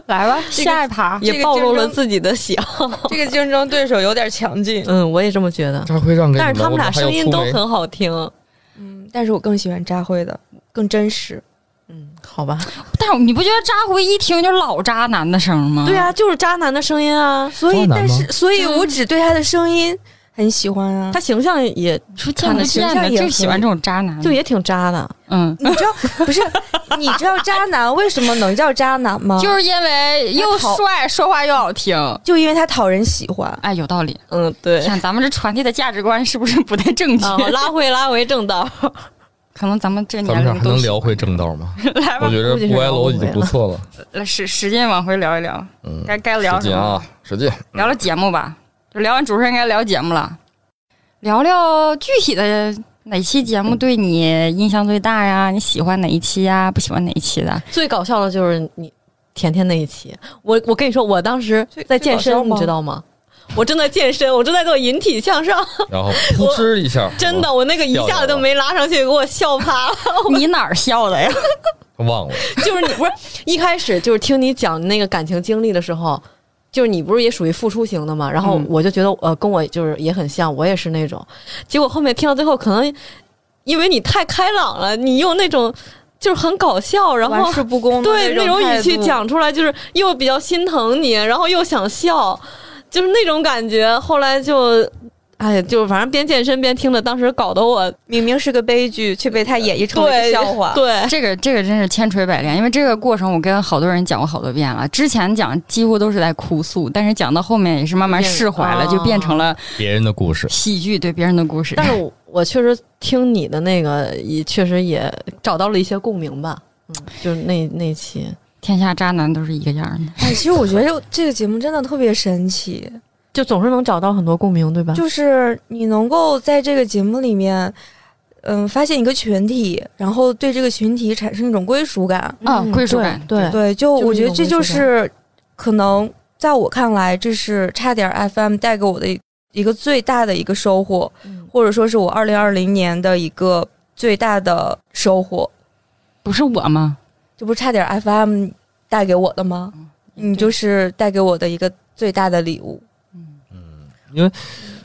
来吧，下一趴这个也暴露了自己的喜好。 (laughs) 这个竞争对手有点强劲， (laughs) 嗯，我也这么觉得。扎辉让给你但是他们俩声音都我们还有粗眉很好听。嗯，但是我更喜欢扎辉的，更真实。嗯，好吧。但是你不觉得扎辉一听就老渣男的声吗？对，啊，就是渣男的声音啊。所以，渣男但吗是，所以我只对他的声音，很喜欢啊。他形象也说见不的见见的的，也就喜欢可以这种渣男，就也挺渣的，嗯，你知道不是？你知道渣男为什么能叫渣男吗？就是因为又帅，说话又好听，就因为他讨人喜欢。哎，有道理。嗯，对看咱们这传递的价值观是不是不太正确？啊，拉回拉回正道，可能咱们这咱年们这儿龄还都能是聊回正道吗？ (laughs) 来吧我，觉得估计是不挨聊不楼已经回不错 (laughs) 了。来使使劲往回聊一聊，嗯，该该聊使什劲么？啊，使劲。聊聊节目吧，就聊完主持人该聊节目了，聊聊具体的哪期节嗯目对你印象最大呀？你喜欢哪一期呀？不喜欢哪一期的？ (laughs) 最搞笑的就是你甜甜那一期，我我跟你说，我当时最在健最搞笑身，吗你知道吗？我正在健身，我正在做引体向上，然后扑哧一下，真的，我那个一下子都没拉上去，给我笑趴了。你哪儿笑的呀？我忘了。 (laughs) 就是你不是一开始就是听你讲那个感情经历的时候，就是你不是也属于付出型的嘛？然后嗯我就觉得呃，跟我就是也很像，我也是那种。结果后面听到最后，可能因为你太开朗了，你用那种就是很搞笑，然后玩世不恭的对那种种语气态度，讲出来，就是又比较心疼你，然后又想笑，就是那种感觉。后来就。哎呀，就反正边健身边听着，当时搞得我明明是个悲剧，却被他演绎成了一个对笑 (laughs) 话。对， (laughs) 这个这个真是千锤百炼，因为这个过程我跟好多人讲过好多遍了。之前讲几乎都是在哭诉，但是讲到后面也是慢慢变释怀了，啊就变成了别人的故事，喜剧对别人的故事。 (laughs) 但是我我确实听你的那个，也确实也找到了一些共鸣吧。嗯，就是那那期，天下渣男都是一个样儿的，哎，其实我觉得这个节目真的特别神奇，就总是能找到很多共鸣，对吧？就是你能够在这个节目里面，嗯，发现一个群体，然后对这个群体产生一种归属感。啊嗯归属感对，对对，就就是我一觉得这种归就属感是可能在我看来，这是差点儿 FM 带给我的一一个最大的一个收获，嗯或者说是我二零二零年的一个最大的收获。不是我吗？这不是差点儿 FM 带给我的吗？嗯你就是带给我的一个最大的礼物。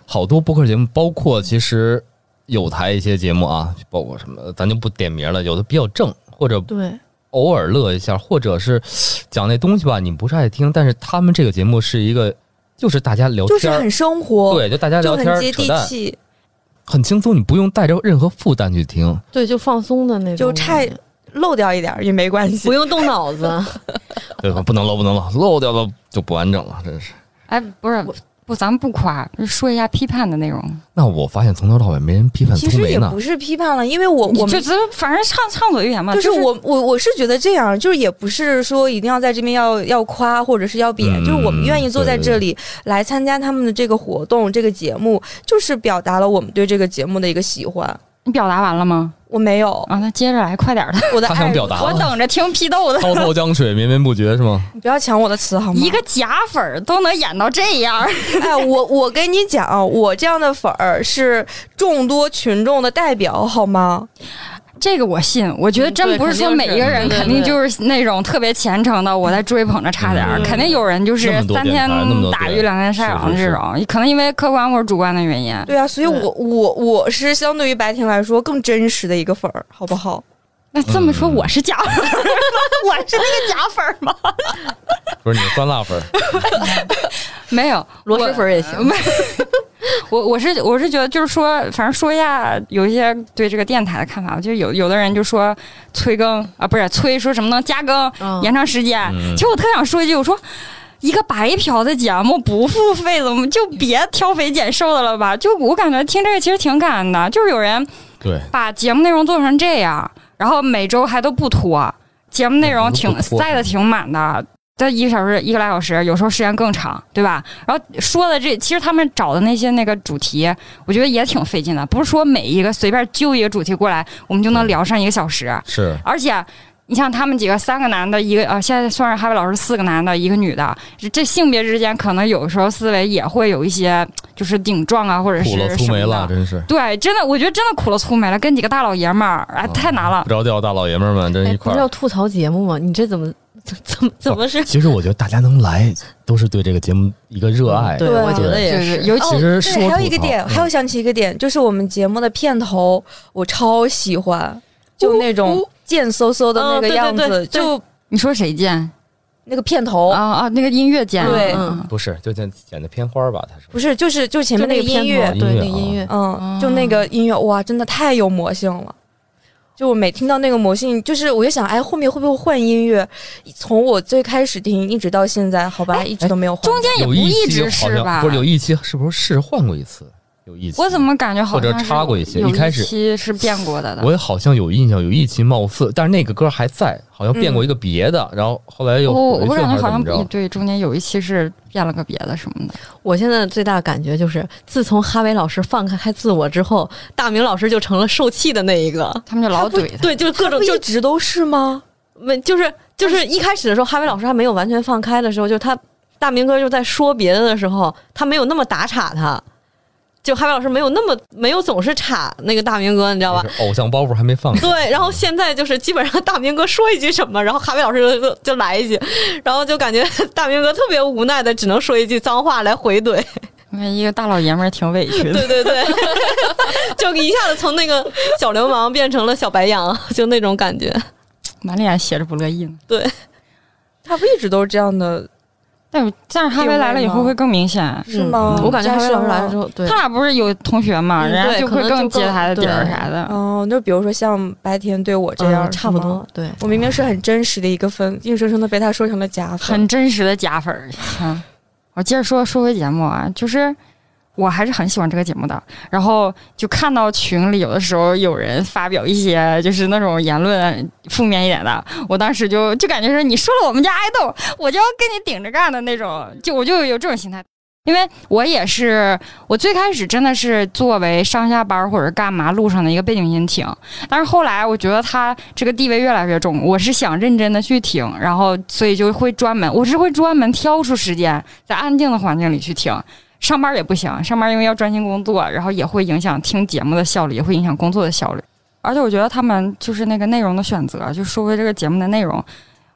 好多播客节目，包括其实有台一些节目啊，包括什么，咱就不点名了，有的比较正，或者对偶尔乐一下，或者是 (sniffs) 讲那东西吧，你不是爱听，但是他们这个节目是一个，就是大家聊就是天儿，很生活，对，就大家就聊天很儿接扯地淡，气。很轻松，你不用带着任何负担 (laughs) 去听。对，就放松的那种，就差漏掉一点儿也没关系不。用动 (laughs) 脑子。对吧？不能漏，不能漏，漏掉了就不完整了，真是。哎，不是不，咱们不夸，说一下批判的内容。那我发现从头到尾没人批判其粗实眉也呢不，是批判了，因为我我你们就只反正畅畅所欲言嘛，就是啊是我我我是觉得这样，就是也不是说一定要在这边要要夸或者是要贬，嗯就是我们愿意坐在对这里来参加他们的这个活动、这个节目，就是表达了我们对这个节目的一个喜欢。你表达完了吗？我没 (laughs) 有啊，那接着来，快点儿的，我的他想爱人表达我了等着听批斗的。 (laughs) 滔滔江水绵绵不绝是吗？你不要抢我的词好吗？一个假粉儿都能演到这样，哎，我我跟你讲，我这样的粉儿是众多群众的代表好吗？这个我信。我觉得嗯真对不是说每一个人肯定肯定是就是那种特别虔诚的，我在追捧着差点儿，嗯肯定有人就是那么多三电台天那么多打电鱼两天晒网是是这是种，可能因为客观或者主观的原因。对啊，所以对我我我是相对于白婷来说更真实的一个粉儿，好不好？那这么说，嗯我是假粉儿，我是那个假粉儿吗？不是你酸辣粉儿，没有，螺我蛳粉儿也行，我我是我是觉得就是说，反正说一下有一些对这个电台的看法吧，就有有的人就说催更啊，不是催说什么能加更、嗯延长时间。嗯其实我特想说一句，我说一个白嫖的节目不付费怎么就别挑肥拣瘦的了吧？就我感觉听这个其实挺感恩的，就是有人对，把节目内容做成这样，然后每周还都不拖，节目内容那挺不拖塞的挺满的，这一个小时一个来小时，有时候时间更长，对吧？然后说的这，其实他们找的那些那个主题，我觉得也挺费劲的，不是说每一个随便揪一个主题过来，我们就能聊上一个小时， (laughs) 是而且。你像他们几个，三个男的，一个呃，现在算是哈维老师四个男的，一个女的，这这性别之间可能有时候思维也会有一些就是顶撞啊，或者是苦什么了粗眉了，的。真是。对，真的，我觉得真的苦了粗眉了，跟几个大老爷们儿，哎，啊太难了不。着调大老爷们儿们，真哎一不块是要儿。吐槽节目吗？你这怎么怎怎么怎么是？其实我觉得大家能来，都是对这个节目一个热爱。对，对我觉得也就是是。尤其其实说哦对，还有吐一个槽点，嗯还有想起一个点，就是我们节目的片头，我超喜欢，就那种呜贱嗖嗖的那嗯个对对样对子，对就你说谁贱？那个片哦头，啊啊，那个音乐剪的对嗯不是，就剪剪的片花吧？他是不是就是就前面那个音乐，对音乐啊那个音乐，嗯，就那个音乐，哇，真的太有魔性了。就我每听到那个魔性，就是我就想，哎，后面会不会换音乐？从我最开始听一直到现在，好吧，一直都没有换过。中间也有不一一期直好是像吧？不是有一期是不是是换过一次？有一期我怎么感觉好像或者插过一些是有一开始期是变过的的。我也好像有印象，有一期貌似，但是那个歌还在，好像变过一个别的，然后后来又我回嗯哦我去感还觉是怎好像么不着？对，中间有一期是变了个别的什么的。我现在最大的感觉就是，自从哈维老师放开自我之后，大明老师就成了受气的那一个。他们就老怼他，对，就是 (laughs) 各种不就一直都是吗？没就是就是一开始的时候，哈维老师还没有完全放开的时候，就他大明哥就在说别的的时候，他没有那么打岔他。就哈维老师没有那么没有总是插那个大明哥，你知道吧就？是偶像包袱还没放下，对，然后现在就是基本上大明哥说一句什么，然后哈维老师就就就来一句，然后就感觉大明哥特别无奈的，只能说一句脏话来回怼。因为一个大老爷们儿挺委屈的。对对对， (laughs) 就一下子从那个小流氓变成了小白羊，就那种感觉。满脸写着不乐意呢。他不一直都是这样的，但是但是哈维来了以后会更明显。是吗？嗯我感觉哈维老师来了之后，后，对他俩不是有同学嘛，嗯人家对就可会能就更揭更他的底儿对啥的。哦，就比如说像白天对我这样，啊嗯差不是吗多。，对，我明明是很真实的一个分，硬生生的被他说成了假粉。很真实的假粉儿。 (laughs) 嗯，我接着说说回节目啊，就是我还是很喜欢这个节目的。然后就看到群里有的时候有人发表一些就是那种言论负面一点的，我当时就就感觉是你说了我们家爱豆，我就要跟你顶着干的那种，就我就有这种心态。因为我也是，我最开始真的是作为上下班或者干嘛路上的一个背景音听，但是后来我觉得他这个地位越来越重，我是想认真的去听，然后所以就会专门，我是会专门挑出时间在安静的环境里去听。上班也不行，上班因为要专心工作，然后也会影响听节目的效率，也会影响工作的效率。而且我觉得他们就是那个内容的选择，就说回这个节目的内容。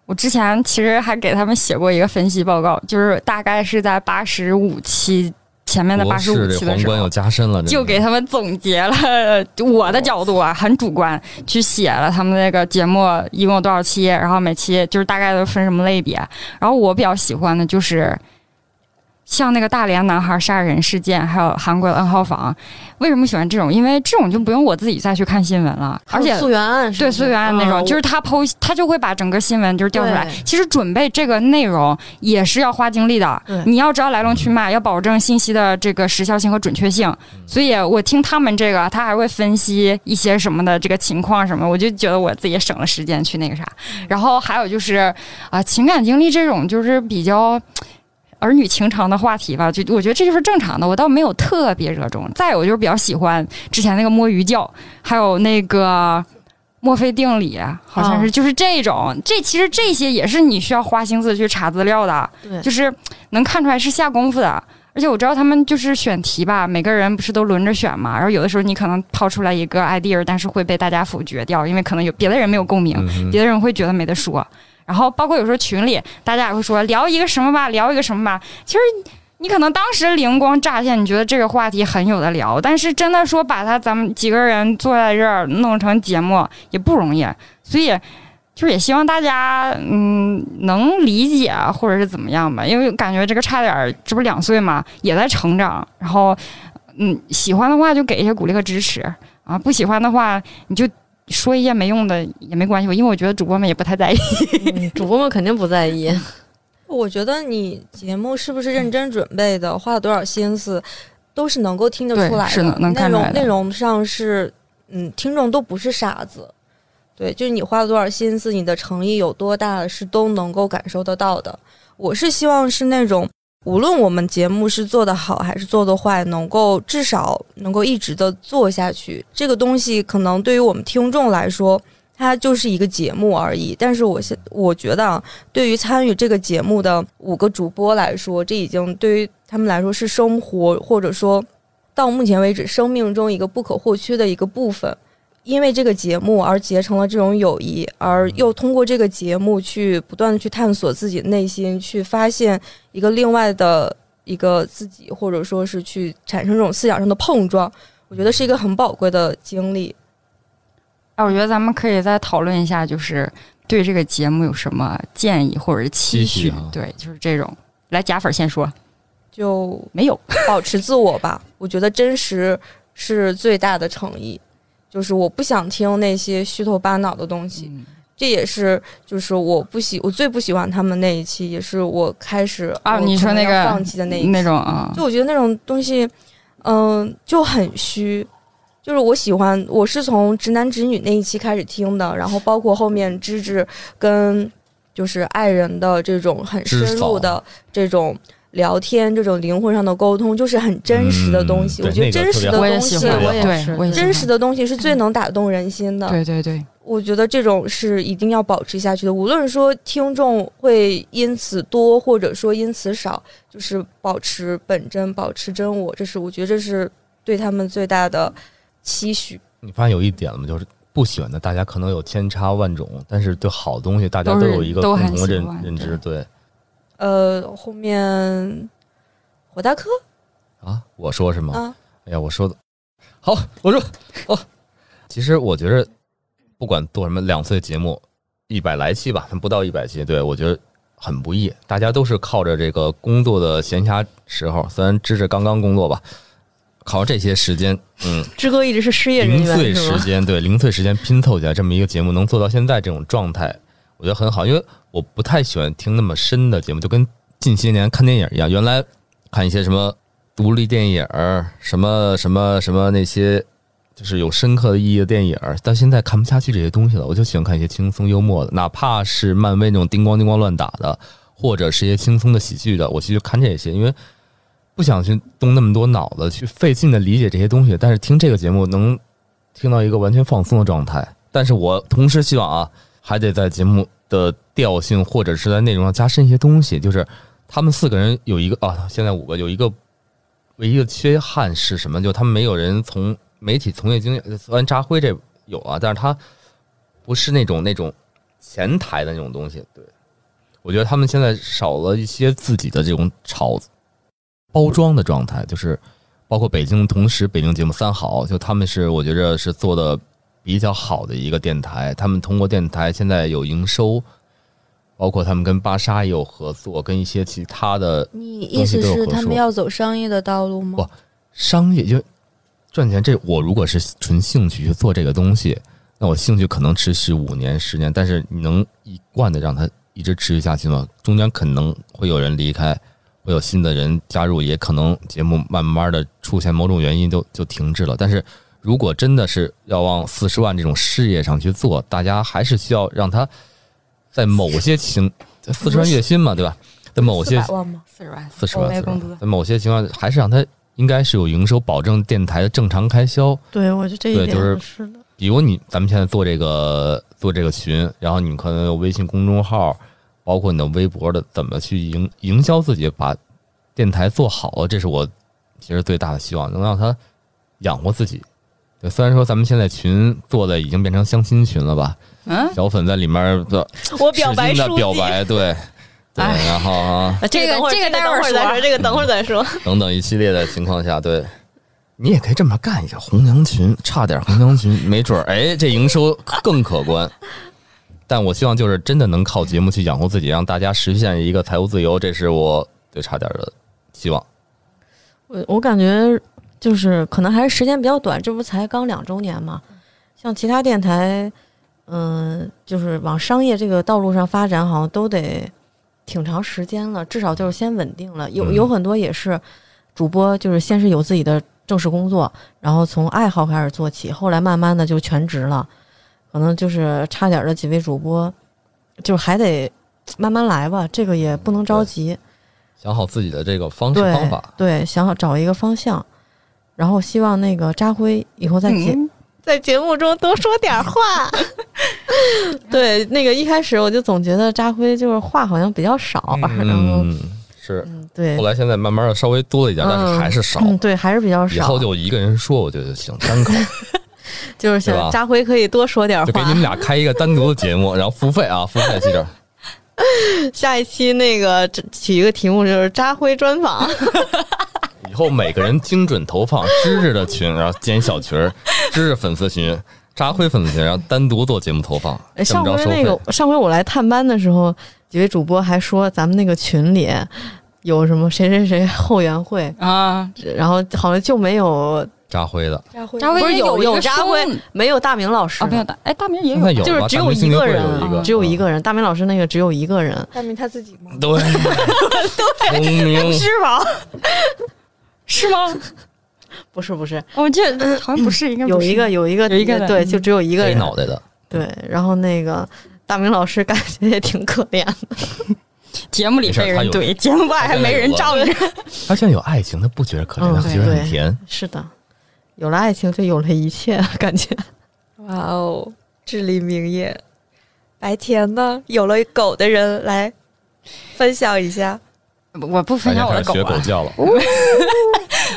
我之前其实还给他们写过一个分析报告，就是大概是在八十五期前面的八博十士五这期的皇时候冠，又加深了，嗯就给他他们总结了我的角度啊，很主观去写了他们那个节目一共有多少期，然后每期就是大概都分什么类别。然后我比较喜欢的就是像那个大连男孩杀人事件，还有韩国的 N 号房。为什么喜欢这种？因为这种就不用我自己再去看新闻了，而且溯源案是对不溯是，源案那哦种，嗯就是他剖析，他就会把整个新闻就是调出来对。其实准备这个内容也是要花精力的对，你要知道来龙去脉，要保证信息的这个时效性和准确性。所以我听他们这个，他还会分析一些什么的这个情况什么，我就觉得我自己也省了时间去那个啥。嗯然后还有就是啊、情感经历这种就是比较。儿女情长的话题吧，就我觉得这就是正常的，我倒没有特别热衷。再有就是比较喜欢之前那个摸鱼教，还有那个墨菲定理，好像是、哦就是这种。这其实这些也是你需要花心思去查资料的，对就是能看出来是下功夫的。而且我知道他们就是选题吧，每个人不是都轮着选嘛，然后有的时候你可能抛出来一个 idea，但是会被大家否决掉，因为可能有别的人没有共鸣。嗯别的人会觉得没得说。然后包括有时候群里大家也会说聊一个什么吧，聊一个什么吧。其实你可能当时灵光乍现，你觉得这个话题很有的聊，但是真的说把它咱们几个人坐在这儿弄成节目也不容易，所以。就是也希望大家嗯能理解或者是怎么样吧，因为感觉这个差点儿，这不是两岁嘛，也在成长。然后嗯，喜欢的话就给一些鼓励和支持啊，不喜欢的话你就说一些没用的也没关系，因为我觉得主播们也不太在 (laughs) 意。嗯主播们肯定不 (laughs) 在意。我觉得你节目是不是嗯认真准备的，花了多少心思，都是能够听得对出来是能能内看出容来的内容上是，嗯，听众都不是傻子，对，就是你花了多少心思，你的诚意有多大，是都能够感受得到的。我是希望是那种，无论我们节目是做得好还是做得坏，能够至少能够一直的做下去。这个东西可能对于我们听众来说，它就是一个节目而已。但是我现我觉得啊，对于参与这个节目的五个主播来说，这已经对于他们来说是生活或者说到目前为止生命中一个不可或缺的一个部分。因为这个节目而结成了这种友谊，而又通过这个节目去不断的去探索自己内心，去发现一个另外的一个自己，或者说是去产生这种思想上的碰撞，我觉得是一个很宝贵的经历。哎，我觉得咱们可以再讨论一下，就是对这个节目有什么建议或者是期期许许？啊对，就是这种。来，假粉先说，就没有。保持自我吧。 (laughs) 我觉得真实是最大的诚意，就是我不想听那些虚头巴脑的东西。这也是就是我不喜我最不喜欢他们那一期，也是我开始啊我你说可能那个要放弃的那一期那种啊，就我觉得那种东西，嗯、就很虚。就是我喜欢，我是从直男直女那一期开始听的，然后包括后面芝芝跟就是爱人的这种很深入的这种聊天，这种灵魂上的沟通，就是很真实的东西。嗯我觉得对那个真实的特我别也东喜西，欢，我也对是，我也喜欢真实。的东西是最能打动人心的。对对对，我觉得这种是一定要保持下去的，无论说听众会因此多，或者说因此少，就是保持本真，保持真我，这是我觉得这是对他们最大的期许。你发现有一点了吗？就是不喜欢的，大家可能有千差万种，但是对好东西，大家都都是有一个都共很同的喜认欢认知。对呃，后面火大哥啊，我说是吗？啊，哎呀，我说的好，我说哦，其实我觉着，不管做什么两岁节目，一百来期吧，不到一百期，对我觉得很不易。大家都是靠着这个工作的闲暇时候，虽然芝芝刚刚工作吧，靠这些时间，嗯，志哥一直是失业人零员碎是时吗？间，对零碎时间拼凑起来这么一个节目，能做到现在这种状态，我觉得很好。因为我不太喜欢听那么深的节目，就跟近些年看电影一样，原来看一些什么独立电影儿，什么什么什么那些就是有深刻意义的电影儿，但现在看不下去这些东西了。我就喜欢看一些轻松幽默的，哪怕是漫威那种叮咣叮咣乱打的，或者是一些轻松的喜剧的，我去看这些，因为不想去动那么多脑子去费劲的理解这些东西。但是听这个节目能听到一个完全放松的状态。但是我同时希望啊，还得在节目的调性或者是在内容上加深一些东西。就是他们四个人有一个啊，现在五个有一个唯一的缺憾是什么？就他们没有人从媒体从业经验，虽然扎辉这有啊，但是他不是那种那种呃前台的那种东西。对，我觉得他们现在少了一些自己的这种炒包装的状态，就是包括北京，同时北京节目三好，就他们是我觉着是做的比较好的一个电台，他们通过电台现在有营收，包括他们跟巴莎也有合作，跟一些其他的你意思是他们要走商业的道路吗不商业就赚钱。这我如果是纯兴趣去做这个东西，那我兴趣可能持续五年、十年，但是你能一贯的让它一直持续下去吗？中间可能会有人离开，会有新的人加入，也可能节目慢慢的出现某种原因就就停滞了。但是如果真的是要往四十万这种事业上去做，大家还是需要让它在某些情四十万月薪嘛，对吧？在某些百万吗？四十万，四十我万，哦没四工资万，在某些情况下还是让它应该是有营收，保证电台的正常开销。对，我觉得这一对点就是是的，比如你咱们现在做这个做这个群，然后你可能有微信公众号，包括你的微博的，怎么去营营销自己，把电台做好，这是我其实最大的希望，能让它养活自己。对，虽然说咱们现在群做的已经变成相亲群了吧，嗯，小粉在里面的我使表白劲的书表白， (laughs) 对对，哎然后啊啊，这这个等会儿这个这待等会会儿再说，这个等会儿儿说再说。等等一系列的情况下，对，你也可以这么干一下红娘群，差点红娘群，没准儿 (laughs) 哎，这营收更可观。但我希望就是真的能靠节目去养活自己，让大家实现一个财务自由，这是我对差点的希望。我我感觉就是可能还是时间比较短，这不才刚两周年嘛。像其他电台，嗯、就是往商业这个道路上发展，好像都得挺长时间了，至少就是先稳定了。有嗯有很多也是主播，就是先是有自己的正式工作，然后从爱好开始做起，后来慢慢的就全职了。可能就是差点儿的几位主播，就是还得慢慢来吧，这个也不能着对急。想好自己的这个方式对方法，对，想好找一个方向，然后希望那个扎辉以后再结。嗯在节目中多说点 (laughs) 话，对，那个一开始我就总觉得扎辉就是话好像比较少，然后嗯，是。嗯，对后，来现在慢慢的稍微多了一点，但是还是少。嗯，对，还是比较以少。后就一个人说，我觉得就行，单 (laughs) 口就是对吧想扎辉可以多说点就给话你。们俩开一个单独的节目，然后付费啊，付费记着。下一期那个这起一个题目就是扎辉专 (laughs) 访， (laughs) 以后每个人精准投放芝芝的群，然后建小群儿，芝芝粉丝群，扎灰粉节，然后单独做节目投放，哎，这么上着回收那费。个上回我来探班的时候，几位主播还说咱们那个群里有什么谁谁谁后援会，啊，然后好像就没有扎灰的，扎辉扎不辉是也有一个扎辉生哦没有大明老师啊，没有的，哎，大明也现在有，有就是吧只大有明一星个会人啊有一个，只有嗯。一个人。大明老师那个只有一个人，大明他自己吗？对， (laughs) 聪明，是吧？是吗？不是不是，我记得好像不是，应该不有是一个有一个有一个人对，就只有一个黑人。脑袋的，对，然后那个大明老师感觉也挺可怜的，节目里被人没怼，节目外还没人罩着。啊他现在有爱情，他不觉得可怜，嗯他觉得很对甜。是的，有了爱情就有了一切，感觉。哇哦，至理名言。白甜呢，有了狗的人来分享一下，我不分享我的狗学狗啊，叫了，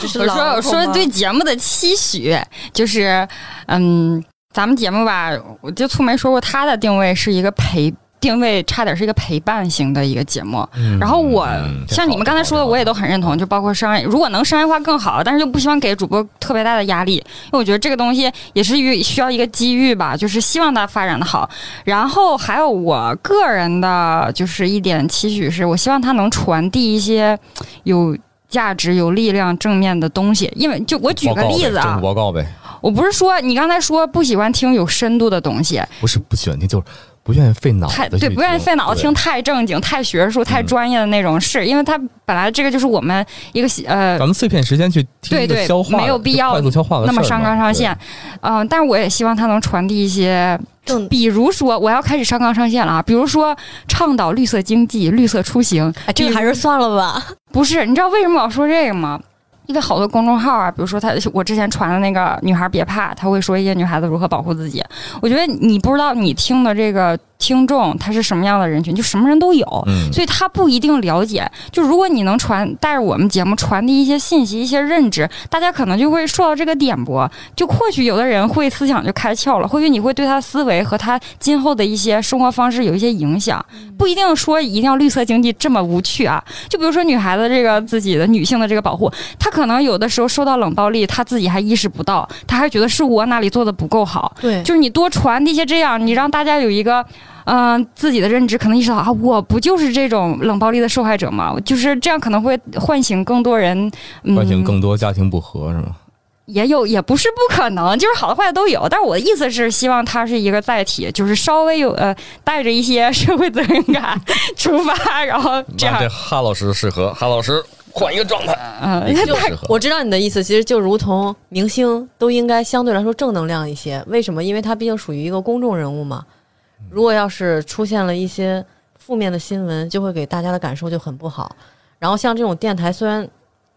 这是我狼说我好说吗对节目的期许就是，嗯，咱们节目吧，我就粗梅说过，它的定位是一个陪。定位差点是一个陪伴型的一个节目，然后我嗯像你们刚才说的，我也都很认同，就包括商业，如果能商业化更好，但是又不希望给主播特别大的压力，因为我觉得这个东西也是与需要一个机遇吧，就是希望它发展的好。然后还有我个人的就是一点期许是，我希望它能传递一些有价值、有力量、正面的东西。因为就我举个例子政啊府，报告呗，我不是说你刚才说不喜欢听有深度的东西，不是不喜欢听，就是不愿意费脑太子去对，不愿意费脑子听对太正经、太学术、太嗯专业的那种，是因为它本来这个就是我们一个喜呃咱们碎片时间去听对一个对消化的，没有必要快速消化的那么事儿上嘛纲上对线，嗯、但是我也希望它能传递一些，正比如说我要开始上纲上线了啊，比如说倡导绿色经济、绿色出行，哎，这个还是算了吧。不是，你知道为什么我说这个吗？因为好多公众号啊，比如说他，我之前传的那个“女孩别怕”，他会说一些女孩子如何保护自己。我觉得你不知道你听的这个听众他是什么样的人群，就什么人都有。嗯，所以他不一定了解。就如果你能传带着我们节目传递一些信息、一些认知，大家可能就会受到这个点拨。就或许有的人会思想就开窍了，或许你会对他思维和他今后的一些生活方式有一些影响。不一定说一定要绿色经济这么无趣啊。就比如说女孩子这个自己的女性的这个保护，她可能有的时候受到冷暴力，她自己还意识不到，她还觉得是我哪里做的不够好。对，就是你多传递一些这样，你让大家有一个。嗯、自己的认知可能意识到啊，我不就是这种冷暴力的受害者吗？就是这样，可能会唤醒更多人，嗯，唤醒更多家庭不和是吗？也有，也不是不可能，就是好的坏的都有。但是我的意思是，希望它是一个载体，就是稍微有呃，带着一些社会责任感出发，然后这样那，哈老师适合，哈老师换一个状态，嗯、你就适合我知道你的意思，其实就如同明星都应该相对来说正能量一些。为什么？因为他毕竟属于一个公众人物嘛。如果要是出现了一些负面的新闻，就会给大家的感受就很不好。然后像这种电台，虽然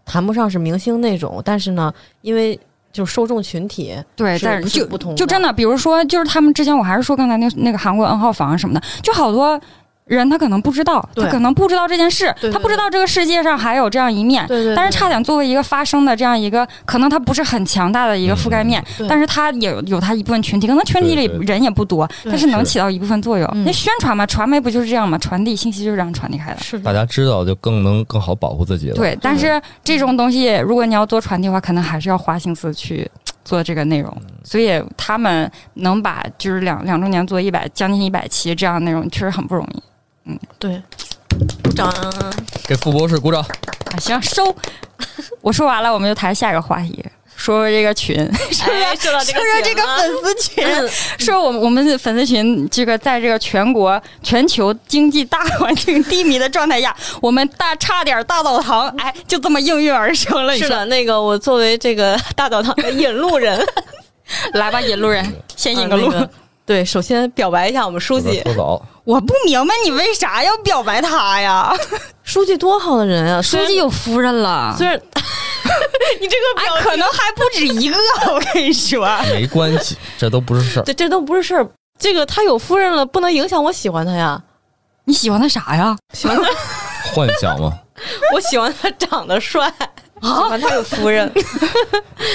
谈不上是明星那种，但是呢，因为就受众群体对，是但是就不同就的真的，比如说，就是他们之前我还是说刚才那那个韩国 N 号房啊什么的，就好多人他可能不知道，他对可能不知道这件事，对对他不知道这个世界上还有这样一面。对对但是差点作为一个发声的这样一个，可能它不是很强大的一个覆盖面，对但是它也有有它一部分群体，可能群体里嗯对对人也不多，对但是能是起到一部分作用。嗯那宣传嘛，传媒不就是这样嘛，传递信息就是这样传递开的。是的大家知道就更能更好保护自己了。，对，但是这种东西，如果你要做传递的话，可能还是要花心思去做这个内容。所以他们能把就是两两周年做一百将近一百期这样内容，确实很不容易。对，鼓掌。给傅博士鼓掌。啊，行，收。 (laughs) 我说完了，我们就谈下一个话题，说说这个群，说哎说到这个说这群个了粉丝群， (laughs) 说我们我们的粉丝群这个在这个全国全球经济大环境低迷的状态下，我们大差点大澡堂，哎，就这么应运而生了。你是说的，那个我作为这个大澡堂的引路 (laughs) 人，来吧，引路人，先引个路。啊那对，首先表白一下我们书记，说早，我不明白你为啥要表白他 (laughs) 呀？书记多好的人啊！虽然有夫人了虽然你这个表哎，可能还不止一个。我跟你说，没关系，这都不是事儿。这这都不是事儿，这个他有夫人了，不能影响我喜欢他呀。 (laughs) 你喜欢他啥呀？喜欢他，幻想嘛，我喜欢他长 (laughs) 得帅。喜欢他有夫人，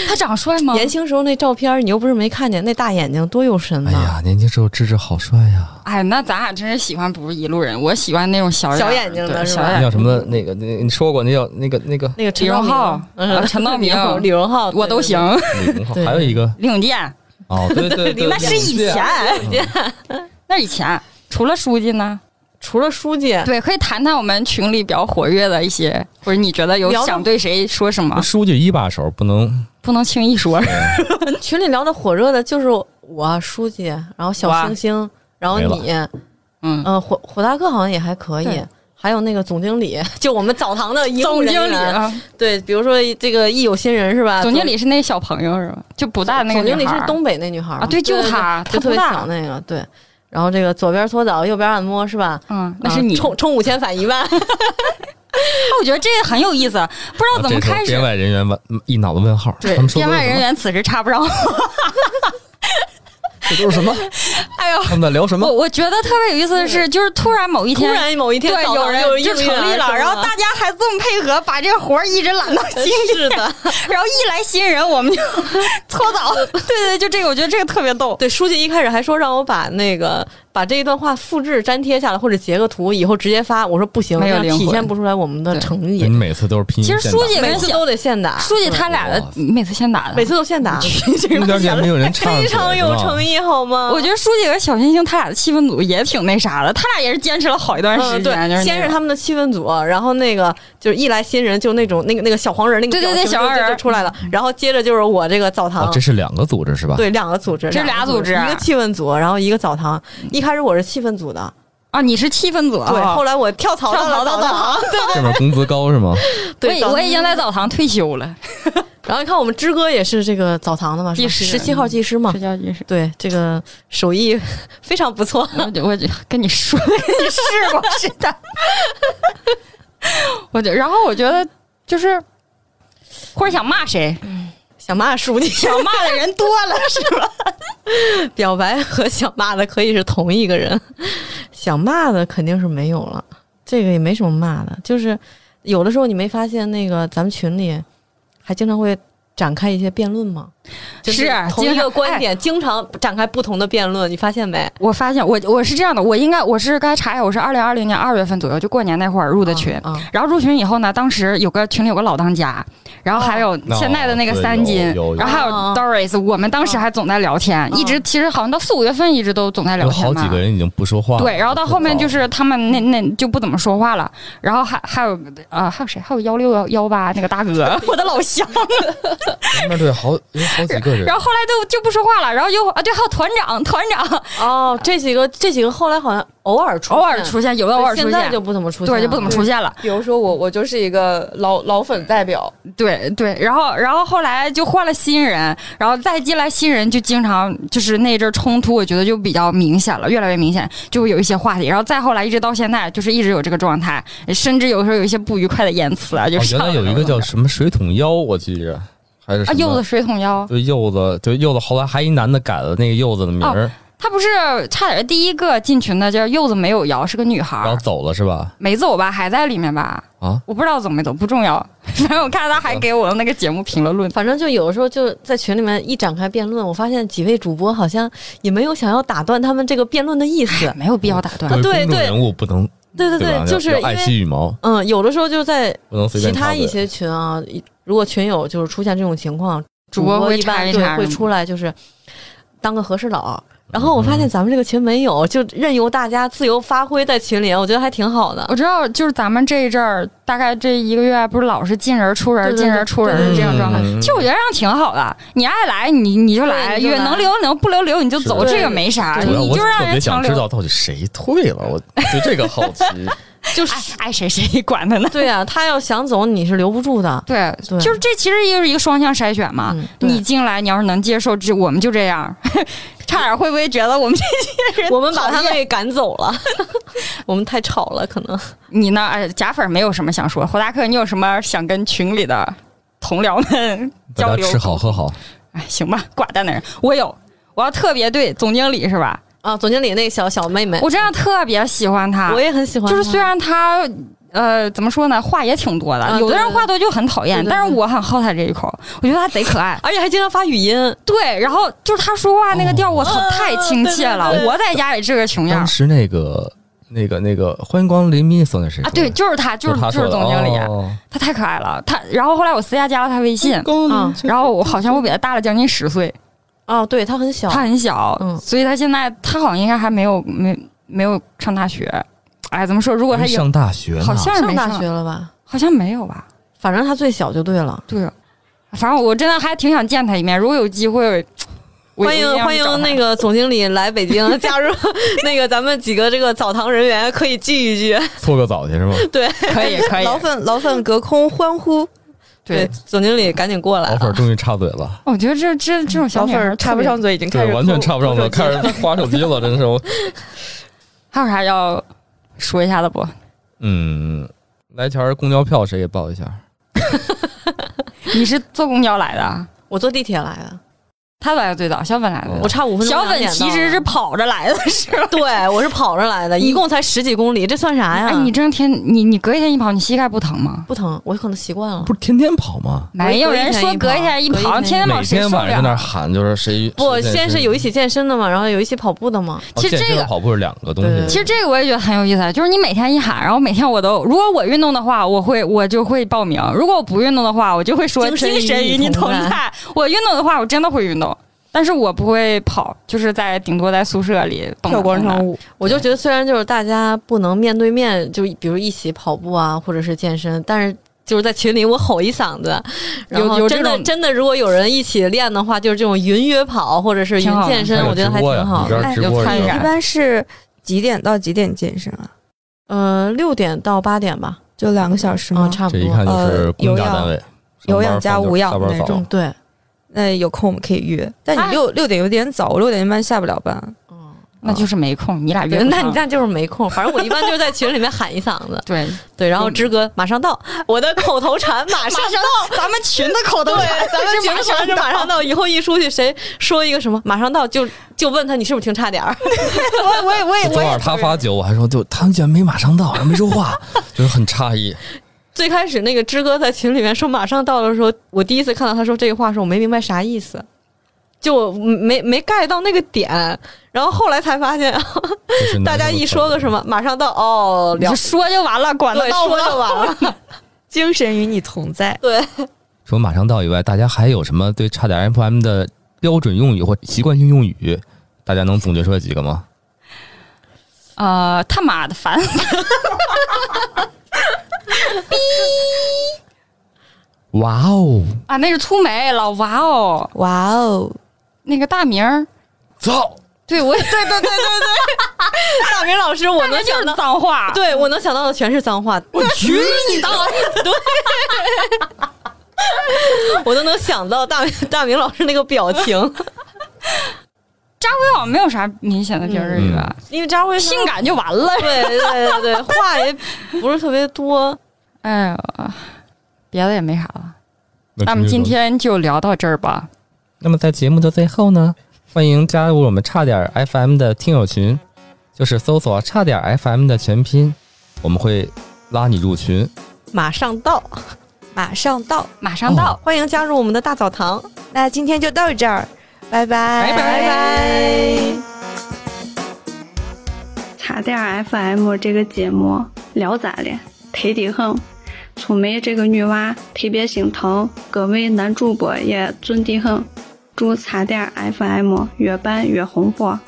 他长帅吗年轻时候那照片你又不是没看见，那大眼睛多有神嗯呐、哎呀，年轻时候芝芝好帅呀！哎，那咱俩真是喜欢不是一路人。我喜欢那种小小眼睛的对是小吧眼那叫什么？那个，那你说过那叫那个那个那个陈李道荣浩明，嗯啊陈道明李荣浩，我都行。 (laughs) 李荣浩，对还有一个李永健，哦，对 (laughs) 对对，那是以前对，那以前除了书记呢？除了书记，对，可以谈谈我们群里比较活跃的一些，或者你觉得有聊得想对谁说什么，书记一把手不能不能轻易说。群里聊的火热的就是我啊书记，然后小星星，然后你，嗯，嗯，火火大哥好像也还可以对，还有那个总经理，就我们澡堂的医务总人经理员啊，对，比如说这个一有新人是吧？总经理是那小朋友是吧？就不大总那个啊女总经理孩是儿东北那女孩儿啊，对，就她，就她特不别大小，那个对。然后这个左边搓澡，右边按摩是吧？嗯，那啊是你。充充五千返一万，我觉得这个很有意思，不知道哦怎么啊这时候开始编。外人员问一脑子问号，对他们，说编的外人员此时插不上话。这都是什么？哎呦，他们在聊什我么？我觉得特别有意思的是，就是突然某一突天，然某一天对澡有堂人就就成立了，然后大家还这么配合，把这活儿一直揽到 (laughs) 新人，是的，然后一来新人我们就 (laughs) 搓 (laughs) 澡。对对，就这个，我觉得这个特别逗。对书记一开始还说让我把那个把这一段话复制粘贴下来或者截个图，以后直接发。我说不行，没有这灵样魂体现不出来我们的诚你意，每次都是拼音其现实打，书记每跟次小都得现打，书记他俩的哇每次先打的，啊每次都现 (laughs) 打，一点也没有 (laughs) 人唱，非常有诚意。意好吗？我觉得书记和小星星他俩的气氛组也挺那啥的，他俩也是坚持了好一段时嗯，对间，，就是先那是种他们的气氛组，然后那个就是一来新人就那种那个那个小黄人那个对对表对情小就黄就人嗯就出来了，然后接着就是我这个澡堂啊哦，这，是两个组织是吧？，对两个组织，这两俩个组组织啊一个气氛组，然后一个澡堂。一开始我是气氛组的，啊，你是气氛组，对，后来来我跳槽到跳槽了到澡堂， (laughs) (laughs) 这边工资高是吗？我对，已澡我堂已经在澡堂退休了，然后你看我们芝哥也是这个澡堂的嘛，技师十七号技师嘛 (laughs) 睡，觉也是。对，这个手艺 (laughs) 非常不错。我就我就跟你说，跟你试过是的。 (laughs) 我就然后我觉得就是，或者想骂谁，想骂书记，想骂的人多了是吧？ (laughs) 表白和想骂的可以是同一个人，想骂的肯定是没有了，这个也没什么骂的，就是有的时候你没发现那个咱们群里还经常会展开一些辩论吗？就是同啊经一个常哎观点，经常展开不同的辩论，你发现没？我发现我我是这样的，我应该我是该查一下，我是二零二零年二月份左右就过年那会儿入的群。啊、啊然后入群以后呢，当时有个群里有个老当家，然后还有现在的那个三金哦对有有，有然后还有哦 Doris，我们当时还总在聊天，一直其实好像到四五月份一直都总在聊有天好嘛。几个人已经不说话了。对，然后到后面就是哦他们那那就不怎么说话了，然后还还有啊、还有谁？还有幺六幺幺八那个 (laughs) 大哥，我的老乡。前面对好有好几个人然，后后来就就不说话了，然后又啊对，还有团长，团长哦，这几个这几个后来好像偶尔出偶尔现出现，有的对偶尔出现在现就，不怎么出现了，对就不怎么出现了。 (laughs) 比如说我，我就是一个老老粉代表，对对，然后然后后来就换了新人，然后再进来新人就经常就是那一阵儿冲突，我觉得就比较明显了，越来越明显，就会有一些话题，然后再后来一直到现在就是一直有这个状态，甚至有时候有一些不愉快的言辞啊，就哦是原来有一个叫什么水桶腰，我记着还是啊什么柚子水桶腰，对柚子，对柚子，后来还一男的改了那个柚子的名哦儿，她不是差点第一个进群的，叫柚子没有摇，是个女孩然后儿，走了是吧？没走吧，还在里面吧？啊，我不知道走没走，不重要。 (laughs) 反正我看她还给我的那个节目评论论，反正就有的时候就在群里面一展开辩论，我发现几位主播好像也没有想要打断他们这个辩论的意 (laughs) 思。没有必要打断。作为对公众对人物不能对对吧？对，就是要因要爱惜为羽毛，嗯，有的时候就在不能随其便他插嘴一些群啊，如果群友就是出现这种情况，主主播会一查般一对查会什么出来就是当个和事佬。然后我发嗯现咱们这个群没有，就任由大家自由发挥在群里，我觉得还挺好的。 (laughs) 我知道，就是咱们这一阵儿，大概这一个月，不是老是进人出人，对对对进人出人对是对这样状态。嗯其实我觉得这样挺好的，你爱来你你就来，对你就也来能留能不留留你就走，是这个没啥，主要啊你我就让特人别强想知留。道到底谁退了，我对这个好奇。就是爱爱哎谁谁管他呢？对呀、他要想走你是留不住的。对，对就是这其实就是一个双向筛选嘛。嗯，对你进来，你要是能接受，这我们就这样。 (laughs) 差点会不会觉得我们我们把他们给赶走 (laughs) 了，我们太吵了，可能。你呢？哎，假粉没有什么想说，胡大克，你有什么想跟群里的同僚们 (laughs) 交大家流？吃好喝好，哎，行吧，寡淡的人，我有，我要特别对总经理是吧？啊，总经理那个小小妹妹，我真的特别喜欢他，我也很喜欢她，就是虽然他。呃，怎么说呢？话也挺多的，啊有的对人话多就很讨厌，对对对。但是我很好他这一口，我觉得他贼可爱而且还经常发语音，对，然后就是他说话那个调儿，我操，啊太亲切了。对对对我在家也这个穷样当儿时那个那个那个欢迎光临 Miss 那谁说，的啊对，就是他，就是他就说是的总经理，哦他太可爱了。他，然后后来我私下加了他微信，嗯，然后我好像我比他大了将近十岁，哦，对，它很小，他很小，嗯所以他现在他好像应该还没有没没有上大学。哎，怎么说？如果他没有，上大学呢，好像是没上大学了吧？好像没有吧？反正它最小就对了。对，反正我真的还挺想见他一面。如果有机会，我欢一定迎要欢去找迎他那个总经理来北 (laughs) 京加入那个咱们几个这个澡堂人员可以聚一聚。搓个澡去是吗？对可 (laughs) 以可以，老粉老粉隔空欢呼，对对，，总经理赶紧过来老粉啊儿！终于插嘴了，我觉得这这这种小老女粉孩儿儿插特不别上嘴，已经开始对，完全抠插不上抠嘴，手机开了始划手机了，真是我。还有啥要说一下的不？嗯，来条公交票谁给报一下？ (laughs) 你是坐公交来的？我坐地铁来的，他来的最早，小粉来的最我早。差五分钟小两点粉到了。嗯其实是跑着来的，是吧？ (laughs) 对，我是跑着来的，一共才十几公里，这算啥呀？哎，你这天你你隔一天一跑，你膝盖不疼吗？不疼，我可能习惯了。不是天天跑吗？没有人说隔一天一跑，天天跑每谁受天不晚上在那儿了？喊，就是谁不，谁健先身是有一起健身的嘛，然后有一起跑步的嘛。哦其实健身这和个跑步是两个东对西。对其实这个我也觉得很有意思，啊就是你每天一喊，然后每天我都，如果我运动的话，我会我就会报名；如果我不运动的话，我就会说精神精神与与你你同同在在。我运动的话，我真的会运动，但是我不会跑，就是在顶多在宿舍里蹦跳跶广蹦啊跶场舞，我就觉得虽然就是大家不能面对面，就比如一起跑步啊，或者是健身，但是。就是在群里我吼一嗓子，然有后有这真的种真的，如果有人一起练的话，就是这种云约跑或者是挺云好的健还身，有我觉得还直播呀挺好你这儿的。哎直有播参也与有感一般是几点到几点健身啊？呃，六点到八点吧，就两个小时啊、吗？差这不一多看。就是呃公家有氧单位，有上班氧加放就无氧下班那早种嗯，对，那有空我们可以约，但啊你六六点有点早，我六点半下不了班。嗯，那就是没空，你俩约对不那上你看就是没空，反正我一般就是在群里面喊一嗓子，对，对，然后之哥马上到，嗯 (laughs) 我的口头禅 (laughs) 马上到，咱们群的口头对，咱们群全是马上到，以后一出去谁说一个什么马上到就就问他你是不是停差点儿， (laughs) 我我也我也昨我也晚他发酒，我还说就他们居然没马上到，然后没说话， (laughs) 就是很诧异。最开始那个志哥在群里面说马上到的时候，我第一次看到他说这个话的时候，我没明白啥意思，就我没没 get 到那个点。然后后来才发现，就是能大家一说个什么么马上到哦，你了 (laughs) 就说就完了，管他对到不说到就完了。精神与你同在， (laughs) 对，除了马上到以外，大家还有什么对差点 FM 的标准用语或习惯性用语？大家能总结出来几个吗？呃，他妈的烦！哇哦， (laughs) 啊，那是粗眉老娃哦，哇哦，那个大名儿，操！对我也 (laughs) 对对对， (laughs) 大明老师，我那能就想是到，脏话，对我能想到的全是脏话，我去你大！我都能想到大明大明老师那个表情， (laughs) 对好像没有啥明显的标志语吧，因为张辉性感就完了。对对对对，话也不是特别多。哎呦，别的也没啥了，那我们今天就聊到这儿吧。那么在节目的最后呢，欢迎加入我们差点儿 FM 的听友群，就是搜索“差点儿 FM” 的全拼，我们会拉你入群。马上到， (laughs) 马上到。马上到，欢迎加入我们的大澡堂。那今天就到这儿，拜拜，拜拜拜茶店儿 FM 这个节目聊咋了？忒得很。粗梅这个女娃特别心疼，各位男主播也尊得很。祝茶店儿 FM 越办越红火。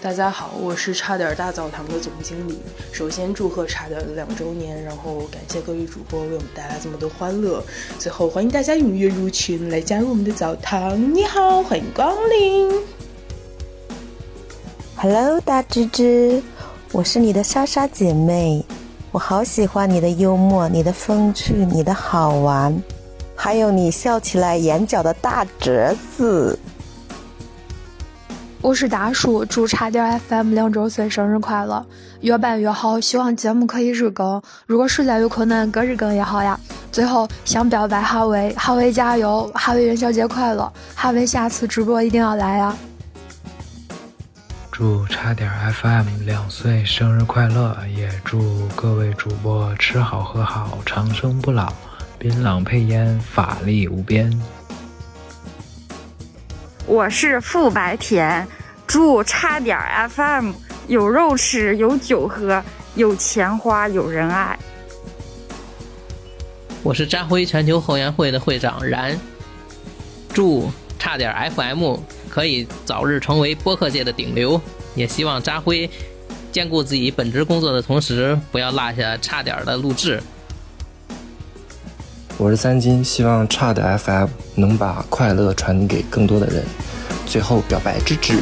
大家好，我是差点大澡堂的总经理。首先祝贺差点两周年，然后感谢各位主播为我们带来这么多欢乐。最后欢迎大家踊跃入群来加入我们的澡堂。你好，欢迎光临。 Hello，大芝芝，我是你的莎莎姐妹，我好喜欢你的幽默、你的风趣、你的好玩，还有你笑起来眼角的大折子。我是达叔，祝茶店 FM 两周岁生日快乐，越办越好，希望节目可以日更。如果实在有困难，隔日更也好呀。最后想表白哈维，哈维加油，哈维元宵节快乐，哈维下次直播一定要来呀。祝差点 FM 两岁生日快乐，也祝各位主播吃好喝好，长生不老，槟榔配烟，法力无边。我是傅白甜，祝差点儿 FM 有肉吃，有酒喝，有钱花，有人爱。我是扎辉全球后援会的会长然，祝差点 FM 可以早日成为播客界的顶流，也希望扎辉兼顾自己本职工作的同时，不要落下差点的录制。我是三金，希望差的 FM 能把快乐传递给更多的人。最后表白之至。